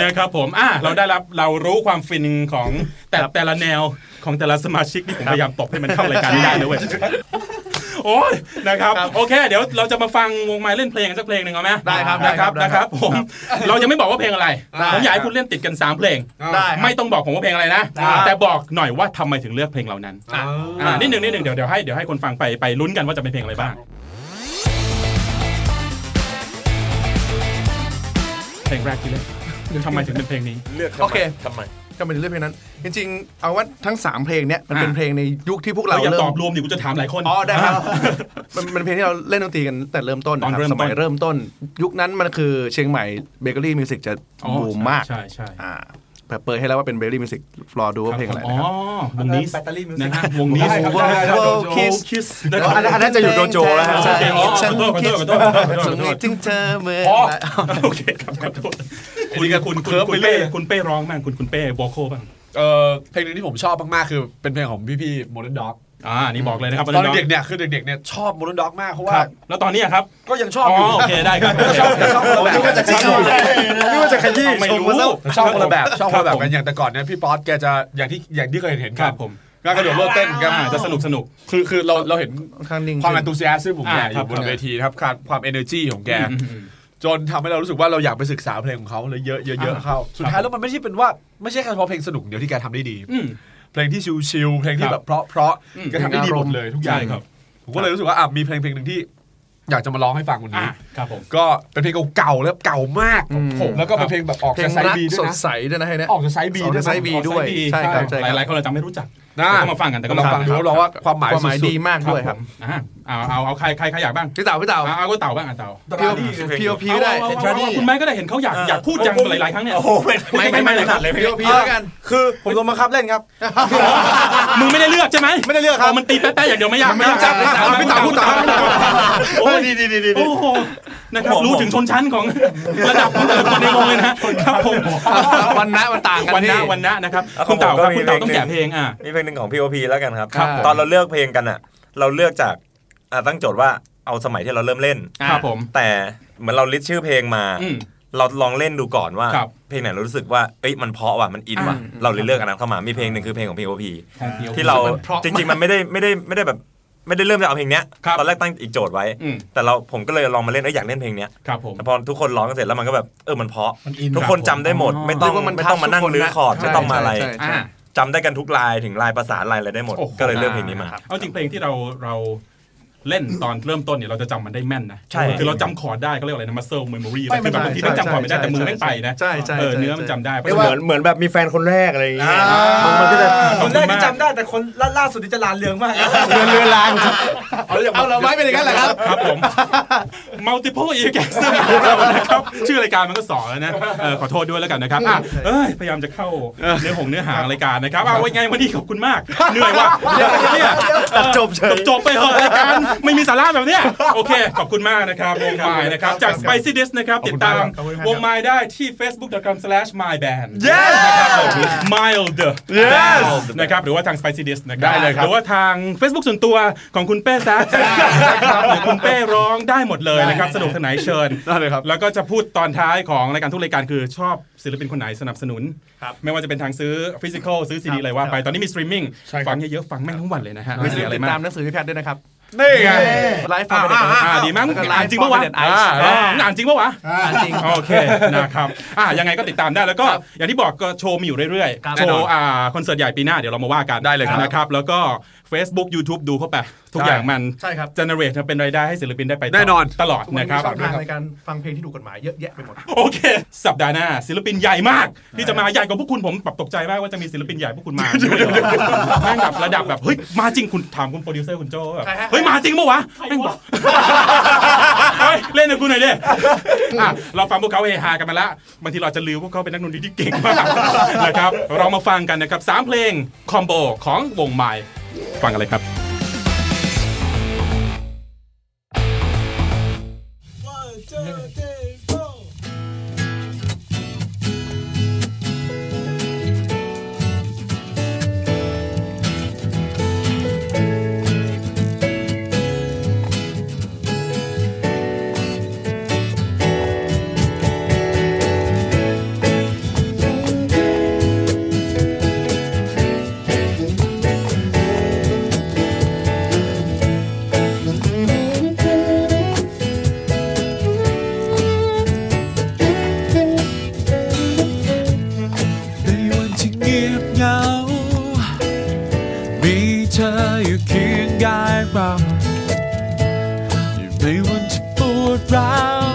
นะครับผมอ่ะเราได้รับเรารู้ความฟินของแต่แต่ละแนวของแต่ละสมาชิกนี่ผมพยายามตบให้มันเข้ารายการให้ได้ด้วยโอ้ยนะครับโอเค เดี๋ยวเราจะมาฟังวงไม้เล่นเพลงกันสักเพลงหนึ่งเอาไหม
ได้ครับได้
นะค
ครั
รับบ
ได้
นะค
ค
รั
รั
บบ ผมเรายังไม่บอกว่าเพลงอะไร
ได้
ผมอยากให้คุณเล่นติดกันสามเพลง
ได้ครับ
ไม่ต้องบอกผมว่าเพลงอะไรนะ
ได้ครับ
แต่บอกหน่อยว่าทำไมถึงเลือกเพลงเหล่านั้น อ่านิดหนึ่งนิดหนึ่งเดี๋ยวเดี๋ยวให้เดี๋ยวให้คนฟังไปไปลุ้นกันว่าจะเป็นเพลงอะไรบ้างเพลงแรกที่เล่นทำไมถึงเป็นเพลงนี้
เลือกทำ
โอ
ไม
เค
ทำไม
ก็เป็นเรื่องเพลงนั้น จริงๆ เอาว่าทั้งสามเพลงเนี้ยมันเป็น
อ่ะ
เพลงในยุคที่พวก
เรา
เรา
อย่า
เริ่
ตอ
ม
บรวมดิกูจะถามหลายคน
อ๋อได้ครับ มันมันเป็นเพลงที่เราเล่นดนตรีกันแต่เริ่มต้นนะค
ตอนเริ่
รับ
ม
สมัย
ต้น
เริ่มต้น ยุคนั้นมันคือเชียงใหม่เบเกอรี่มิวสิกจะ
อ๋อ
บูมมาก
ใช่ใช่
อ่าเปิดให้แล้วว่าเป็นเบลลี่มิวสิกรอดูว่าเพลงอะไร
อ๋อ
นะครับ
วงนี้
แบตเตอรี่มิวสิ
นะ
ก
ฮะวงนี้
ได้ครับได้ครับ
โวคิสนะครับ
อันนั้นอันนั้นจะอยู่โดโจแล้วฮะ
โอเคอ๋อขอโทษขอโทษขอโทษขอโทษขอโท
สนิ
ษ
ทถึงเธอเมื่อ
อ๋อ
ไหร่
โอเคครับขอโทษคุณคุณคุณคุณเป้คุณเป้ร้องบ้างคุณคุณเป้วอลโคบ้าง
เออเพลงหนึงที่ผมชอบมากๆคือเป็นเพลงของพี่พี่โมเดิร์นด็อก
อ่านี่บอกเลยนะครับ
ตอนเด็กๆเนี่ยคือเด็กๆเนี่ยชอบโมเดิร์นด็อกมากเพราะ
ค
ว่า
รับแล้วตอนนี้อะครับ
ก็ยังชอบอ
อ๋อ
ยู่
โอเคได้ครับ
ก็ชอบแต่ชอบคนละแบบ
ก็จะขยี้
นี่ว่าจะขยี้
ไม่รู้
แต่ชอบคนละแบบชอบคนละแบบกันอ
ครั
ย่างแต่ก่อนเนี่ยพี่ป๊อตแกจะอย่างที่อย่างที่เคยเห็น
ค
กั
รั
น
บผม
ก็กระโดดโลดเต้นกัน
อ่าจะสนุกสนุก
คือคือเราเราเห็น
ข้างนิ่ง
ความ enthusiasm ของแก
อ่า
อ
ครับ
ยู่บน
ครับ
เวทีนะครับความความ energy ของแก
อืมอืมอืม
จนทำให้เรารู้สึกว่าเราอยากไปศึกษาเพลงของเขาเลยเยอะเยอะๆ
อ่า
เข้า สุดท้ายแล้วมันไม่ใช่เป็นว่าไม่ใช่แค่เฉพาะเพลงสนุกเดียวที่แกทำได้ดี
อืม
เพลงที่ชิลๆเพลงที่
ค
แบ
รับบ
เพราะเพราะ
อืม
แกทำได้ดีหมดเลยทุกอย่าง
ใช่ครับ
ผมก็เลยรู้สึกว่าอ่ะมีเพลงเพลงหนึ่งที่ อยากจะมาร้องให้ฟังวัน
อ่ะ
นี้
ครับผม
ก็เป็นเพลงเก่าๆแล้วเก่ามากของผมแล้วก็เป็นเพลงแบบออก
เพล
จาก
ง
ไซ
รัก
บีด้
ส
วย
ด
นะ
ใสด้วยนะให้เนี่ย
ออกจากไซบี
ออก
ด้วนะ
จาย กไซบี ด้วย
ออกสาย
ใช่ครับใช่ครับ
หลายๆคนเราจำไม่รู้จัก
นะ
ก็มาฟังกันแต่ก็
ลองฟังดูรับรองว่าความหมาย
ความหมาย
สุ
ดี
ด
มากด้วยครับ
ผมอ่ะเอาเอาเอาใครใครใครอยากบ้าง
พี่เต่าพี่เต่า
เอาเอาก็เต่าบ้างอ่ะเต่า
พี่พี่พี่ได้
เอาเอาเอาคุณไม้ก็ได้เห็นเขาอยากอยากพูดจังหลายๆครั้งเนี่ย
โอ้โหไม่
ไม่ไม่ไม่เลยครับ
พี่พี่แล้วกัน
คือผมลงมาครับเล่นครับ
มึงไม่ได้เลือกใช่ไหม
ไม่ได้เลือกครับ
มันตีแป๊ะๆอย่างเดียวไม่ยาก
มันไม่รู้จักไม่รู้จัก
ไม่ต่า
พู
พูด
ด
ต่า
ต่า
โอ้ย
ดีดีดีดี
โอ้โห นะครับรู้ถึงชนชั้นของ ระดับของแต่ละคนในวงเลยนะครับผม
วันนะมันต่างกัน
วันนะ
พี่
วันนะนะครับ
แล้วข
คุ
อง
ณเต่า
ผม
ค
ก็
รับ
มี
คุณเต่าต้อ
เพลง
งแกะ
หนึ่ง
เพลงอ่ะ
มีเพลงหนึ่งของ POP แล้วกันครับ
ครับผม
ตอนเราเลือกเพลงกันอ่ะ เราเลือกจากอ่ะตั้งโจทย์ว่าเอาสมัยที่เราเริ่มเล่น
ครับผม
แต่เหมือนเราลิสต์ชื่อเพลงมา
อืม
เราลองเล่นดูก่อนว่า
ครับ
เพลงไหนเรารู้สึกว่าเอ้ยมันเพราะว่ะมันอินว่ะ
อืม
เราเลยเลือกอันนั้นเข้ามามีเพลงหนึ่งคือเพลงของ POP
ของ POP
ที่เรา
มันเพราะ
จริง ๆ มันไม่ได้ไม่ได้ไม่ได้แบบ ไม่ได้เริ่มจากเอาเพลงเนี้ย
ครับ
ตอนแรกตั้งอีกโจทย์ไว้
อืม
แต่เราผมก็เลยลองมาเล่นเอ้ยอยากเล่นเพลงเนี้ย
ครับผม
แต่พอทุกคนร้องกันเสร็จแล้วมันก็แบบเออมันเพราะ
มันอิน
ทุกคนจำได้หมด ไม่ต้อง
เรียกว่ามัน
ไม่ต้องมานั่ง
ทัชทุกคน
รื้อ
นะ
คอร์ดไม่ต้องมาอะไร
ใช่ใช่
อ่ะ
จำได้กันทุกลายถึงลายประสานลายอะไรได้หมด
โอ้โห
ก็เลยเลือกเพลงนี้มา
เอาจริงเพลงที่เราเราเล่นตอนเริ่มต้นเนี่ยเราจะจำมันได้แม่นนะ
ใช่
คือเราจำคอร์ดได้ก็เรียกว่าอะไรนะมาเซลเมมโมรี
ไม่
คือแบบ
ไม่
บางทีมันจำคอร์ดไม่ได้
ใช่
แต่มือแม่งไปนะ
ใช่ใช่
เออ
ใช่
เนื้อมัน
ใช่
จำได้เพ
เรีย
ราะ
ก
ฉะ
ว่าเหมื
นั้
อน นเหมือนแบบมีแฟนคนแรกอะไรอย่างเงี้ย
อ่ามั
มันก็จะ
คนแรกที่จำได้แต่คนล่าสุดที่จะลานเรืองมาก
เรือนเรือนลาง
เอาเราไว้เป็นอย่างนั้นแหละครับ
ครับผม multiple e g a s m นะครับ ชื่อรายการมันก็สอนแล้วนะเออขอโทษด้วยแล้วกันนะครับอ่ะเอ้ย พยายามจะเข้าเนื้อหงเนื้อหารายการนะครับเอาไว้ไงวันนี้ขอบคุณมาก เหนื่อยว่ะเนี่ย
ตัดจบเฉย
จบๆไปเหอะรายการ ไม่มีสาระแบบเนี้ยโอเค ขอบคุณมากนะครับ วงไม้นะครับ จาก
ครับ
Spicy Dish นะครับ ติดตามวงไม้ได้ที่ facebook.com/myband
Yes
นะครับผม mild
Yes
Band นะครับหรือว่าทาง Spicy Dish นะครั
ได้เลยครับ
หรือว่าทาง Facebook ส่วนตัวของคุณเป้แซ่นะครับหรือคุณเป้ร้องได้หมดเลยนะครับสะดวกทางไหนเชิญได้เลยครับแล้วก็จะพูดตอนท้ายของรายการทุกรายการคือชอบศิลปินคนไหนสนับสนุน ไม่ว่าจะเป็นทางซื้อฟิสิกอลซื้อซีดีอะไรว่าไปตอนนี้มีสตรีมมิ่งฟังเยอะๆฟังแม่งทั้งวันเลยนะฮะ
ไป
ไม่
ซื้
เสี
อย
อะไร
ติด
มาก
ตามหนังสือพี่แพทย์ด้วยนะครับ
นี่ไง
ไลฟ์ฟอร์ม
อ่าอ่าอ่าดีมั้งอ่านจริงปะวะอ่าอ่าอ่านจริงปะวะ
อ่านจริง
โอเคนะครับอ่ายังไงก็ติดตามได้แล้วก็อย่างที่บอกก็โชว์มีอยู่เรื่อย
ครับ
ๆ โชว์อ่าคอนเสิร์ตใหญ่ปีหน้าเดี๋ยวเรามาว่ากันได้เลย
ครับ
นะครับแล้วก็ Facebook YouTube ดูเข้าไป ทุกอย่างมัน
ใช่ครับ
เจเนเรตเป็นรายได้ให้ศิลปินได้ไปต่
แน่นอน
ตลอดนะครับ
ทุกวัมีช่องทางในการฟังเพลงที่ถูกกฎหมายเยอะแยะไปหมด
โอเค สัปดาห์หน้าศิลปินใหญ่มาก ที่จะมาใหญ่กว่าพวกคุณผมแบบตกใจมากว่าจะมีศิลปินใหญ่พวกคุณมาแม่งแบบระดับแบบเฮ้ยมาจริงคุณถามคุณโปรดิวเซอร์คุณโจ้แบบเฮ้ยมาจริงปะวะแม่งบอกเฮ้ยเล่นกับกูหน่อยดิอ่ะเราฟังพวกเขาเฮฮากันมาละบางทีเราอาจจะลืมพวกเขาเป็นนักดนตรีที่เก่งมากนะครับเรามาฟังกันนะครับสามเพลงคอมโบของวงไม้ฟังอะไรครับ
ในวันที่เงียบเหงา มีเธออยู่เคียงกายเราอยู่ในวันที่ปวดร้าว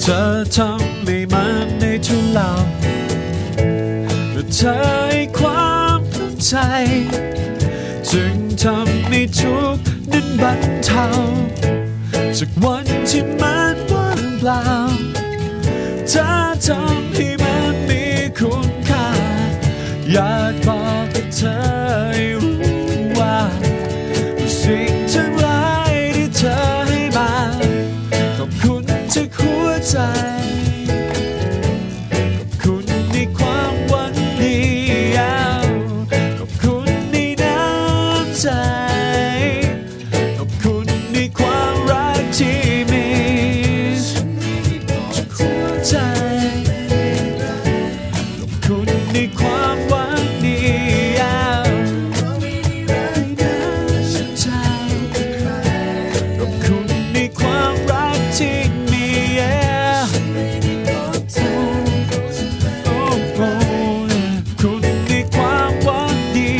เธอทำให้มันในทุเลาและเธอให้ความเข้าใจ จึงทำให้ทุกข์นั้นบรรเทา จากวันที่มันว่างเปล่า ถ้าทำให้มันมีคุณค่า อยากบอกกับเธอให้รู้ว่าสิ่งทั้งหลายที่เธอให้มาขอบคุณจากหัวใจขอบคุณในความหวังดีขอบคุณในน้ำใจ ขอบคุณในความรักที่มีจากหัวใจ ขอบคุณในความหวังดีขอบคุณในความรักที่มี คุณในความหวังดี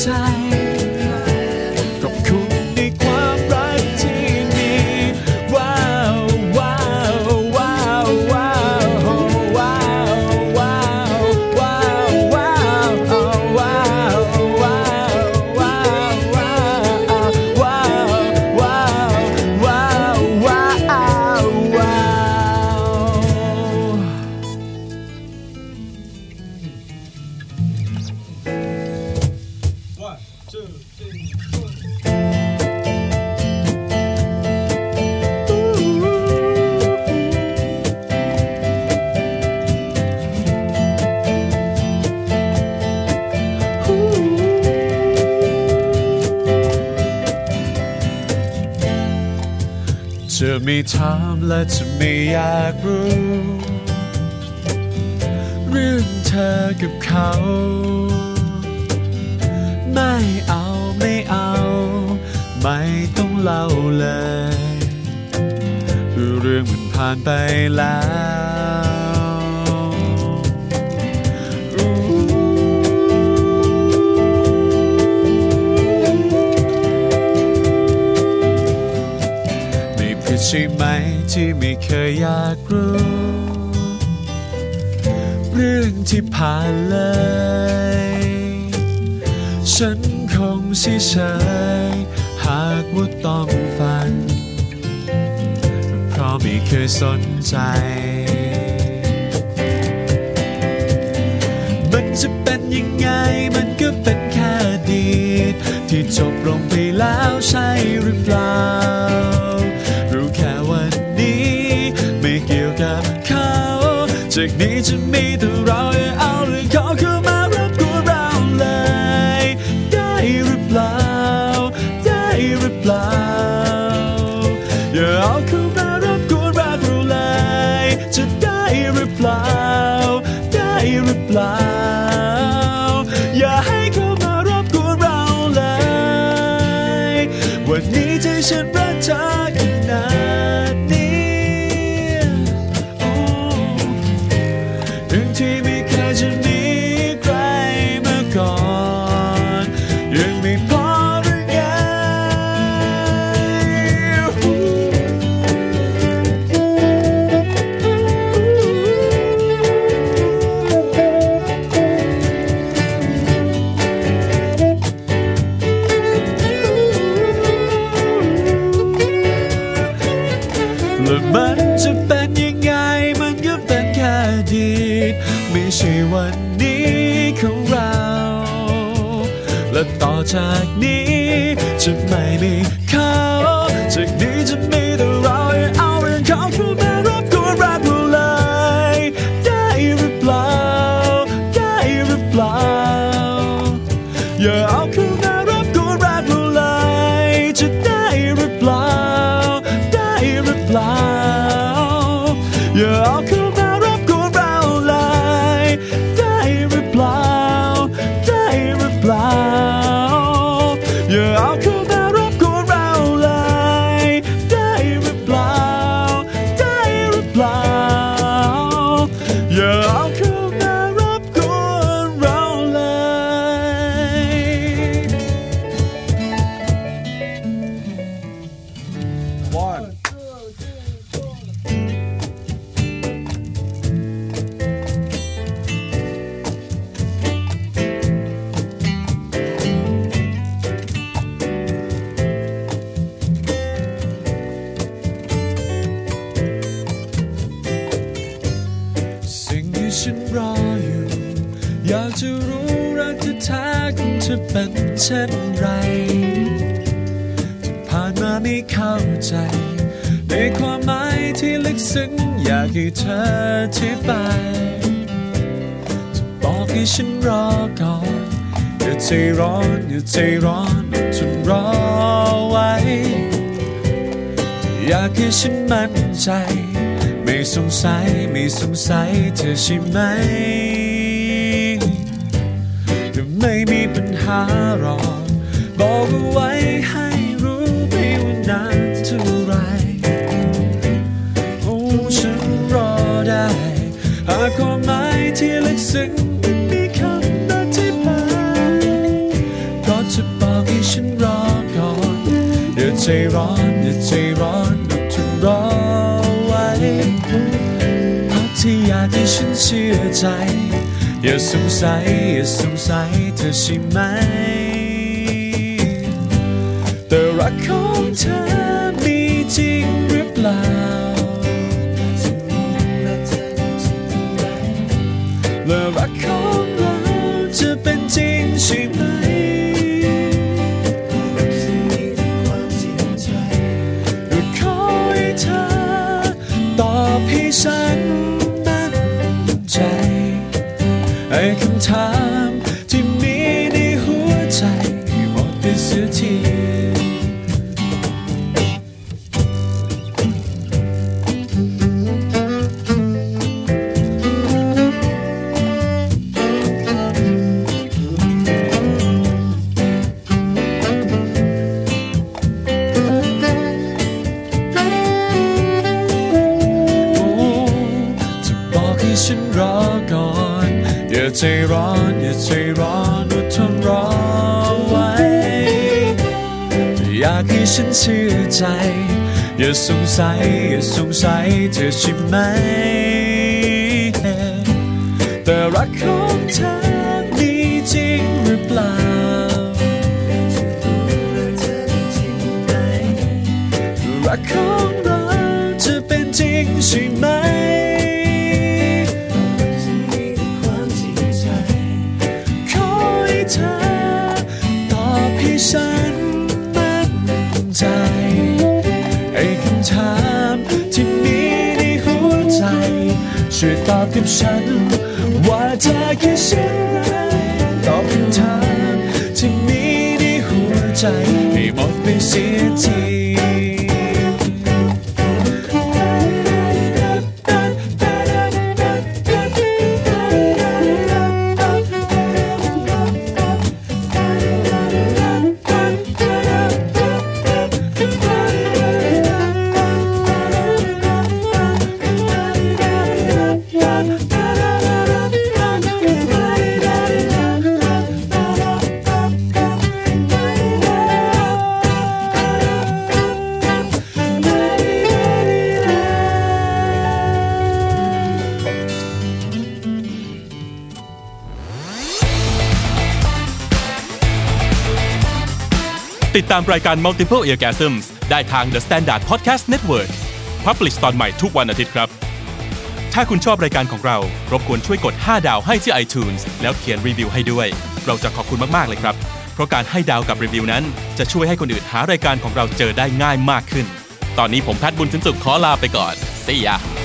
ใจขอบคุณในความรักที่มีว้าวว้าวว้าวว้าวว้าวว้าวว้าวว้าวว้าวว้าวว้าวว้าวว้าวว้าวว้าวว้าวว้าว จะไม่ถามและจะไม่อยากรู้ เรื่องเธอกับเขา ไม่เอาไม่เอา ไม่ต้องเล่าเลยเรื่องมันผ่านไปแล้ว ไม่ผิดใช่ไหมที่ไม่เคยอยากรู้ เรื่องที่ผ่านเลย ฉันคงเสียเฉยหากว่าต้องฟังเพราะไม่เคยสนใจ มันจะเป็นยังไงมันก็เป็นแค่เ ที่จบลงไปแล้วใช่หรือเปล่า รู้แค่วันนี้ ไม่เกี่ยวกับเขา จากนี้จะมีแต่เราอย่าเอาเรื่องเขาเข้ามารบกวนเราเลย ได้หรือเปล่า ได้หรือเปล่า อย่าเอาเข้ามารบกวนรักเราเลย จะได้หรือเปล่า ได้หรือเปล่า อย่าให้เข้ามารบกวนเราเลย วันนี้ใจฉันรักเธอขนาดนี้โอ้หนึ่งที่ไม่เคยจะหนีใครมาก่อน ยังไม่พอหรือไง แล้วมันจะเป็นยังไงมันก็เป็นแค่อดีตไม่ใช่วันนี้ของเรา และต่อจากนี้จะไม่มีเขาจากนี้จะมีแต่เราอย่าเอาเรื่องเขาเข้ามารบกวนรักเราเลย ได้หรือเปล่า ได้หรือเปล่า อย่าเอาคืนมารับกูรักเราเลยจะได้หรือเปล่า ได้หรือเปล่า อย่าเอาคืนมารับกูเราเลยได้หรือเปล่า ได้หรือเปล่า อย่าเอาคืนมารับกูเราเลยได้หรือเปล่า ได้หรือเปล่า อย่าเอาคืนมารับกูเราเลย สิ่งที่ฉันรออยู่ อยากจะรู้รักที่แท้ของเธอเป็นเช่นไร ที่ผ่านมาไม่เข้าใจ ในความหมายที่ลึกซึ้งอยากให้เธอที่ไป จะบอกให้ฉันรอก่อน อย่าใจร้อนอย่าใจร้อนอดทนรอไว้ อยากให้ฉันมั่นใจ ไม่สงสัยไม่สงสัยเธอใช่ไหมก็ไม่มีปัญหาหรอกบอกเอาไว้ให้รู้ไม่ว่านานเท่าไหรโอ้ฉันรอได้หากความหมายที่ลึกซึ้งมันมีคำอธิบายก็จะบอกให้ฉันรอก่อน อย่าใจร้อนอย่าใจร้อนอดทนรอไว้พักที่อยากให้ฉันเชื่อใจ อย่าสงสัยอย่าสงสัยเธอใช่ไหม แต่รักของเธอมีจริงหรือเปล่า และรักของเราจะเป็นจริงใช่ไหม หรือขอให้เธอตอบให้ฉันมั่นใจ ไอ้คำถามที่มีในหัวใจหมดไปเสียที จะบอกให้ฉันรอก่อน อย่าใจร้อนอย่าใจร้อนอดทนรอไว้ อยากให้ฉันเชื่อใจ อย่าสงสัยอย่าสงสัยเธอใช่ไหม แต่รักของเธอมีจริงหรือเปล่า รักของเราจะเป็นจริงใช่ไหม ขอให้เธอตอบให้ฉัน อบกับฉัน ว่าเธอคือฉันไหนตอบคำถามที่มีในหัวใจให้หมดไปเสียที
ติดตามรายการ Multiple Orgasms ได้ทาง The Standard Podcast Network Publish ตอนใหม่ทุกวันอาทิตย์ครับ ถ้าคุณชอบรายการของเรา รบกวนช่วยกด 5 ดาวให้ที่ iTunes แล้วเขียนรีวิวให้ด้วย เราจะขอบคุณมาก ๆ เลยครับ เพราะการให้ดาวกับรีวิวนั้น จะช่วยให้คนอื่นหารายการของเราเจอได้ง่ายมากขึ้น ตอนนี้ผมแพทย์บุญสินสุขขอลาไปก่อน See ya